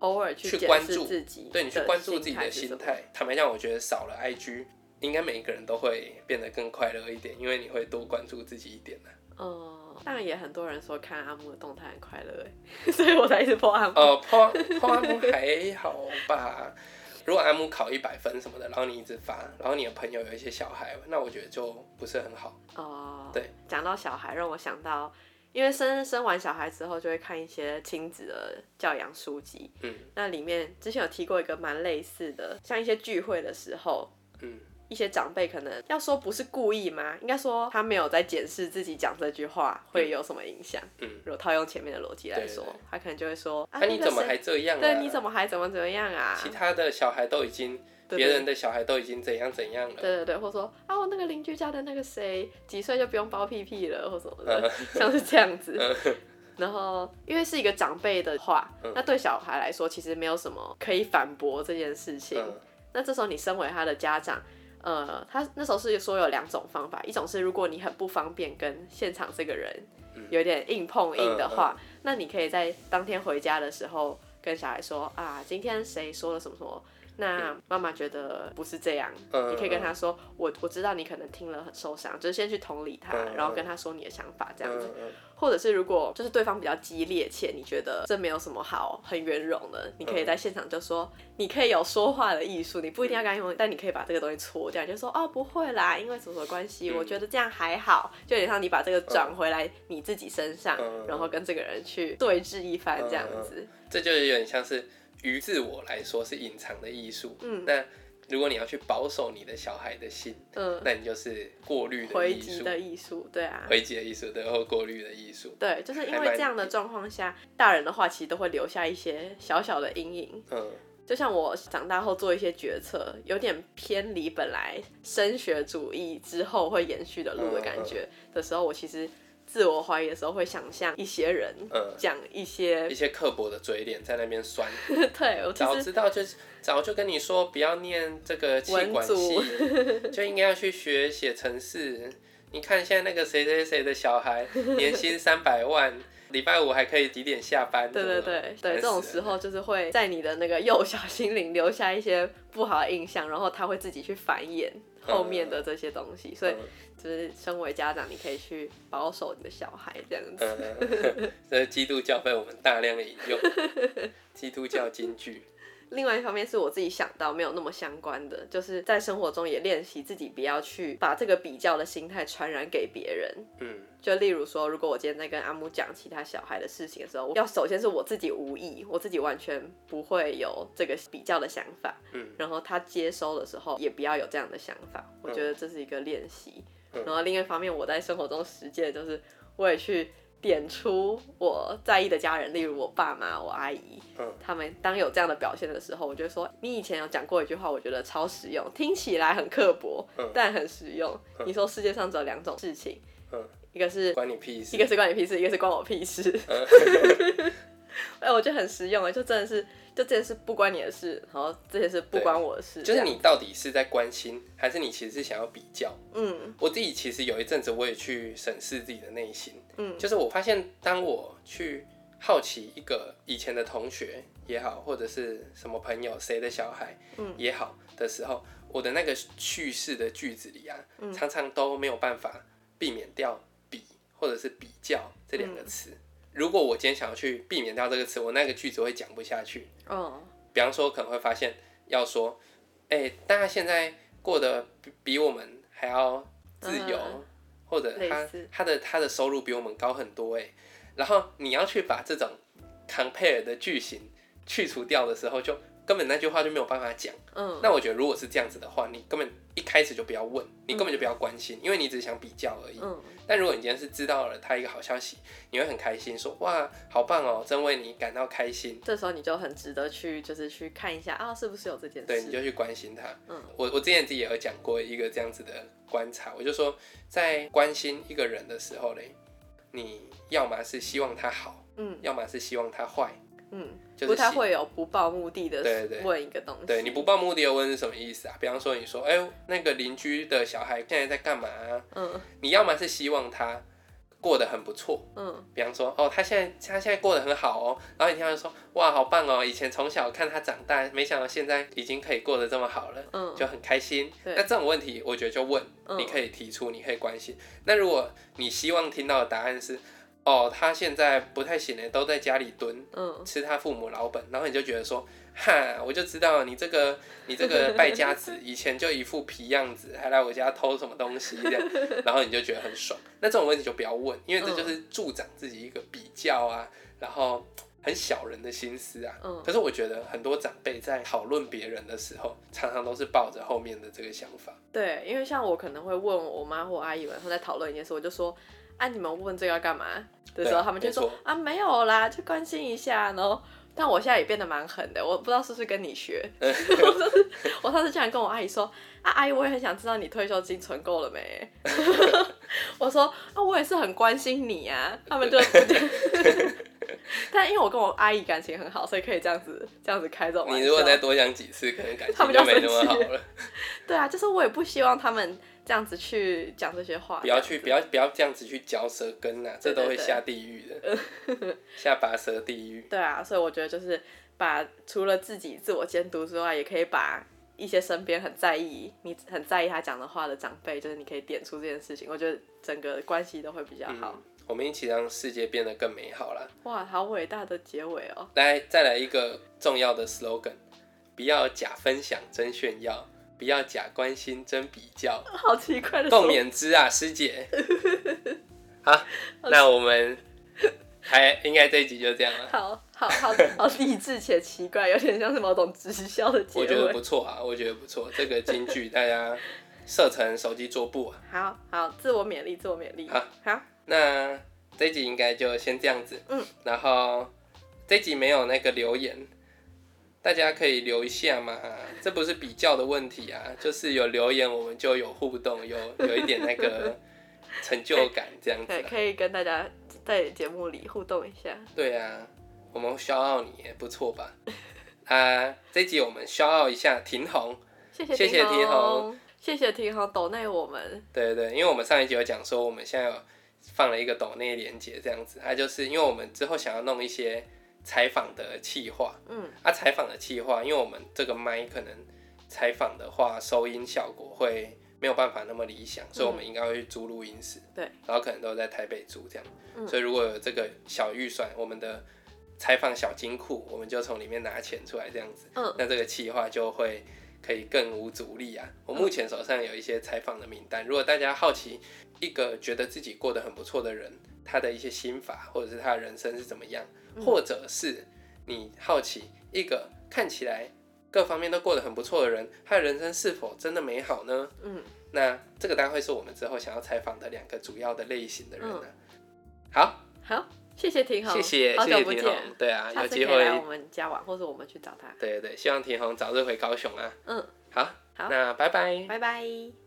S3: 偶尔去
S1: 去
S3: 检
S1: 关
S3: 视
S1: 注
S3: 自己，
S1: 对你去关注自己的
S3: 是
S1: 心
S3: 什么，
S1: 态。坦白讲，我觉得少了 IG，应该每一个人都会变得更快乐一点，因为你会多关注自己一点啊呢、
S3: 嗯，当然也很多人说看阿木的动态很快乐，哎， 所以我才一直播阿木，
S1: 哦、 抛抛阿木还好吧？如果阿木考一百分什么的，然后你一直发，然后你的朋友有一些小孩，那我觉得就不是很好。
S3: 哦，
S1: 对，
S3: 讲到小孩，让我想到，因为生生完小孩之后，就会看一些亲子的教养书籍。
S1: 嗯
S3: 那里面之前有提过一个蛮类似的，像一些聚会的时候，
S1: 嗯，
S3: 一些长辈可能要说不是故意吗？应该说他没有在检视自己讲这句话会有什么影响。
S1: 嗯
S3: 如果套用前面的逻辑来
S1: 对对
S3: 说，
S1: 对
S3: 他可能就会说啊，
S1: 那、你
S3: 那个
S1: 怎么
S3: 谁
S1: 还这样、啊？
S3: 对？你怎么还怎么怎么样啊？
S1: 其他的小孩都已经，
S3: 对
S1: 别
S3: 对
S1: 人的小孩都已经怎样怎样了。
S3: 对对对，或说啊，我那个邻居家的那个谁几岁就不用包屁屁了，或什么的
S1: 嗯，
S3: 像是这样子。
S1: 嗯
S3: 然后因为是一个长辈的话
S1: 嗯，
S3: 那对小孩来说其实没有什么可以反驳这件事情。
S1: 嗯
S3: 那这时候你身为他的家长。呃，他那时候是说有两种方法，一种是如果你很不方便跟现场这个人
S1: 嗯
S3: 有点硬碰硬的话，那你可以在当天回家的时候跟小孩说啊，今天谁说了什么什么，那妈妈觉得不是这样，
S1: 嗯
S3: 你可以跟他说，我我知道你可能听了很受伤，就是先去同理他，
S1: 嗯
S3: 然后跟他说你的想法这样子，
S1: 嗯嗯
S3: 或者是如果就是对方比较激烈且你觉得这没有什么好很圆融的，你可以在现场就说，你可以有说话的艺术，你不一定要跟他用，但你可以把这个东西搓掉，你就说哦不会啦，因为什么什么关系，
S1: 嗯
S3: 我觉得这样还好，就有点像你把这个转回来你自己身上，
S1: 嗯
S3: 然后跟这个人去对峙一番这样子，
S1: 这就有点像是于自我来说是隐藏的艺术。
S3: 嗯
S1: 那如果你要去保守你的小孩的心，
S3: 嗯，
S1: 那你就是过滤的
S3: 回
S1: 艺
S3: 击
S1: 术，
S3: 的艺术，对啊，
S1: 回击的艺术，对，或过滤的艺术。
S3: 对，就是因
S1: 还
S3: 为
S1: 蛮
S3: 这样的状况下，大人的话其实都会留下一些小小的阴影。
S1: 嗯
S3: 就像我长大后做一些决策，有点偏离本来升学主义之后会延续的路
S1: 嗯
S3: 的感觉的时候，我其实自我怀疑的时候会想象一些人
S1: 嗯，
S3: 讲一些
S1: 一，些刻薄的嘴脸在那 边酸，
S3: 对我其
S1: 早
S3: 实
S1: 知道就是早就跟你说不要念这个气管系， 就应该要去学写程式。你看现在那个谁谁谁的小孩，年薪三百 万，礼拜五还可以几点下班？
S3: 对对
S1: 嗯
S3: 对对，这种时
S1: 候。
S3: 候就是会在你的那个幼小心灵留下一些不好的印象，然后他会自己去繁衍
S1: 嗯
S3: 后面的这些东西，所以就是身为家长，你可以去保守你的小孩这样子。
S1: 嗯，这基督教被我们大量的引用，基督教金句。
S3: 另外一方面是我自己想到没有那么相关的，就是在生活中也练习自己不要去把这个比较的心态传染给别人。
S1: 嗯，
S3: 就例如说，如果我今天在跟阿木讲其他小孩的事情的时候，我要首先是我自己无意，我自己完全不会有这个比较的想法，
S1: 嗯，
S3: 然后他接收的时候也不要有这样的想法，我觉得这是一个练习。
S1: 嗯
S3: 然后另一方面，我在生活中实践就是我也去点出我在意的家人，例如我爸妈、我阿姨，
S1: 嗯
S3: 他们当有这样的表现的时候，我就说你以前有讲过一句话，我觉得超实用，听起来很刻薄，
S1: 嗯
S3: 但很实用。你说世界上只有两种事情，
S1: 嗯
S3: 一个是
S1: 关你屁事。
S3: 一个是关你屁事，一个是关我屁事。
S1: 嗯
S3: 哎、我觉得很实用啊，就真的是，就这件事不关你的事，然后这件事不关我的事，
S1: 就是
S3: 这样，
S1: 你到底是在关心，还是你其实是想要比较？
S3: 嗯
S1: 我自己其实有一阵子我也去审视自己的内心，
S3: 嗯
S1: 就是我发现当我去好奇一个以前的同学也好，或者是什么朋友谁的小孩
S3: 嗯
S1: 也好的时候，我的那个叙事的句子里啊，
S3: 嗯
S1: 常常都没有办法避免掉比或者是比较这两个词。如果我今天想要去避免掉这个词，我那个句子会讲不下去。
S3: 哦，
S1: 比方说可能会发现要说，哎、大家现在过得比比我们还要自由，
S3: 嗯
S1: 或者他
S3: 类似
S1: 他的他的收入比我们高很多哎、然后你要去把这种 compare 的句型去除掉的时候，就根本那句话就没有办法讲。
S3: 嗯
S1: 那我觉得如果是这样子的话，你根本一开始就不要问，你根本就不要关心，因为你只想比较而已。
S3: 嗯
S1: 但如果你今天是知道了他一个好消息，你会很开心，说哇，好棒哦，真为你感到开心。
S3: 这时候你就很值得去，就是去看一下啊，是不是有这件
S1: 对，你
S3: 事？
S1: 就去关心他。
S3: 嗯
S1: 我我之前自己也有讲过一个这样子的观察，我就说，在关心一个人的时候嘞，你要么是希望他好，
S3: 嗯
S1: 要么是希望他坏，
S3: 嗯，
S1: 就是
S3: 不太
S1: 希
S3: 会有不报目的的
S1: 对对
S3: 问一个东西，
S1: 对你不报目的而问是什么意思啊？比方说，你说，哎、那个邻居的小孩现在在干嘛啊、
S3: 嗯
S1: 你要么是希望他过得很不错，
S3: 嗯
S1: 比方说，哦，他现在他现在过得很好哦，然后你听他就说，哇，好棒哦！以前从小看他长大，没想到现在已经可以过得这么好了，
S3: 嗯
S1: 就很开心。
S3: 对
S1: 那这种问题，我觉得就问，
S3: 嗯
S1: 你可以提出，你可以关心。那如果你希望听到的答案是，哦，他现在不太行了，都在家里蹲，
S3: 嗯
S1: 吃他父母老本，然后你就觉得说，哈，我就知道你这个你这 个败家子，以前就一副皮样子，还来我家偷什么东西这样， 然后你就觉得很爽。那这种问题就不要问，因为这就是
S3: 嗯
S1: 助长自己一个比较啊，然后很小人的心思啊。
S3: 嗯
S1: 可是我觉得很多长辈在讨论别人的时候，常常都是抱着后面的这个想法。
S3: 对，因为像我可能会问我妈或阿姨们，她在讨论一件事，我就说，啊，你们问这个要干嘛的时
S1: 对
S3: 候，
S1: 啊
S3: 他们就
S1: 没
S3: 说
S1: 错，
S3: 啊，没有啦，就关心一下。然后，但我现在也变得蛮狠的，我不知道是不是跟你 学。 我上次我上次竟然跟我阿姨说，啊，阿姨，我也很想知道你退休金存够了没。 我说啊，我也是很关心你啊。他们就， 但因为我跟我阿姨感情很好，所以可以这样子这样子开这种玩
S1: 你
S3: 笑。
S1: 如果再多讲几次，可能感
S3: 他
S1: 情
S3: 们就
S1: 没那么
S3: 生气
S1: 好
S3: 了
S1: 了。
S3: 对啊，就是我也不希望他们这样子去讲这些话。
S1: 不要去，不要不要这样子去嚼舌根呐、这
S3: 对对
S1: 都会
S3: 对嗯
S1: 下地狱的，下拔舌地狱。
S3: 对啊，所以我觉得就是把除了自己自我监督之外，也可以把一些身边很在意你很在意他讲的话的长辈，就是你可以点出这件事情，我觉得整个关系都会比较 好。
S1: 嗯，我们一起让世界变得更美好啦。
S3: 哇，好伟大的结尾哦！
S1: 来，再来一个重要的 slogan：不要假分享真炫耀，不要假关心真比 较。
S3: 好奇怪的
S1: 共
S3: 说哦
S1: 勉之啊，师 姐。好，那我们还应该这一集就这样了。
S3: 好好好好励志且奇怪，有点像是某种直销的结
S1: 我觉得不
S3: 尾。
S1: 错啊，我觉得不错，这个金句大家设成手机桌布啊。
S3: 好好，自我勉励，自我勉励。
S1: 好
S3: 好，
S1: 那这一集应该就先这样子，
S3: 嗯，
S1: 然后这一集没有那个留言，大家可以留一下嘛，这不是比较的问题啊，就是有留言我们就有互动，有有一点那个成 就感这样子
S3: 对，
S1: 啊、
S3: 可以跟大家在节目里互动一下。
S1: 对啊，我们消耗你也不错吧？啊，这一集我们消耗一下婷红，
S3: 谢
S1: 谢谢
S3: 谢
S1: 提
S3: 听
S1: 红
S3: 红，谢谢听红抖内我们。
S1: 对对对，因为我们上一集有讲说，我们现在有放了一个抖内连接这样子，它就是因为我们之后想要弄一些采访的企划，
S3: 嗯，
S1: 啊，采访的企划，因为我们这个麦可能采访的话，收音效果会没有办法那么理想，所以我们应该会去租录音室，
S3: 嗯对，
S1: 然后可能都在台北租这样，
S3: 嗯
S1: 所以如果有这个小预算，我们的采访小金库，我们就从里面拿钱出来这样子。
S3: 嗯
S1: 那这个企划就会可以更无阻力啊。我目前手上有一些采访的名单，如果大家好奇一个觉得自己过得很不错的人，他的一些心法或者是他的人生是怎么样，
S3: 嗯
S1: 或者是你好奇一个看起来各方面都过得很不错的人，他的人生是否真的美好呢？
S3: 嗯，
S1: 那这个大概会是我们之后想要采访的两个主要的类型的人呢、好，
S3: 好，谢谢婷红，
S1: 谢谢，
S3: 嗯好
S1: 谢
S3: 久
S1: 谢
S3: 不
S1: 平
S3: 见，
S1: 红，对啊，
S3: 下
S1: 有
S3: 次
S1: 机
S3: 可以来
S1: 会
S3: 我，们家玩，或者我们去找他。
S1: 对对对，希望平红早日回高雄啊。
S3: 嗯，
S1: 好，
S3: 好
S1: 那拜拜
S3: 拜拜。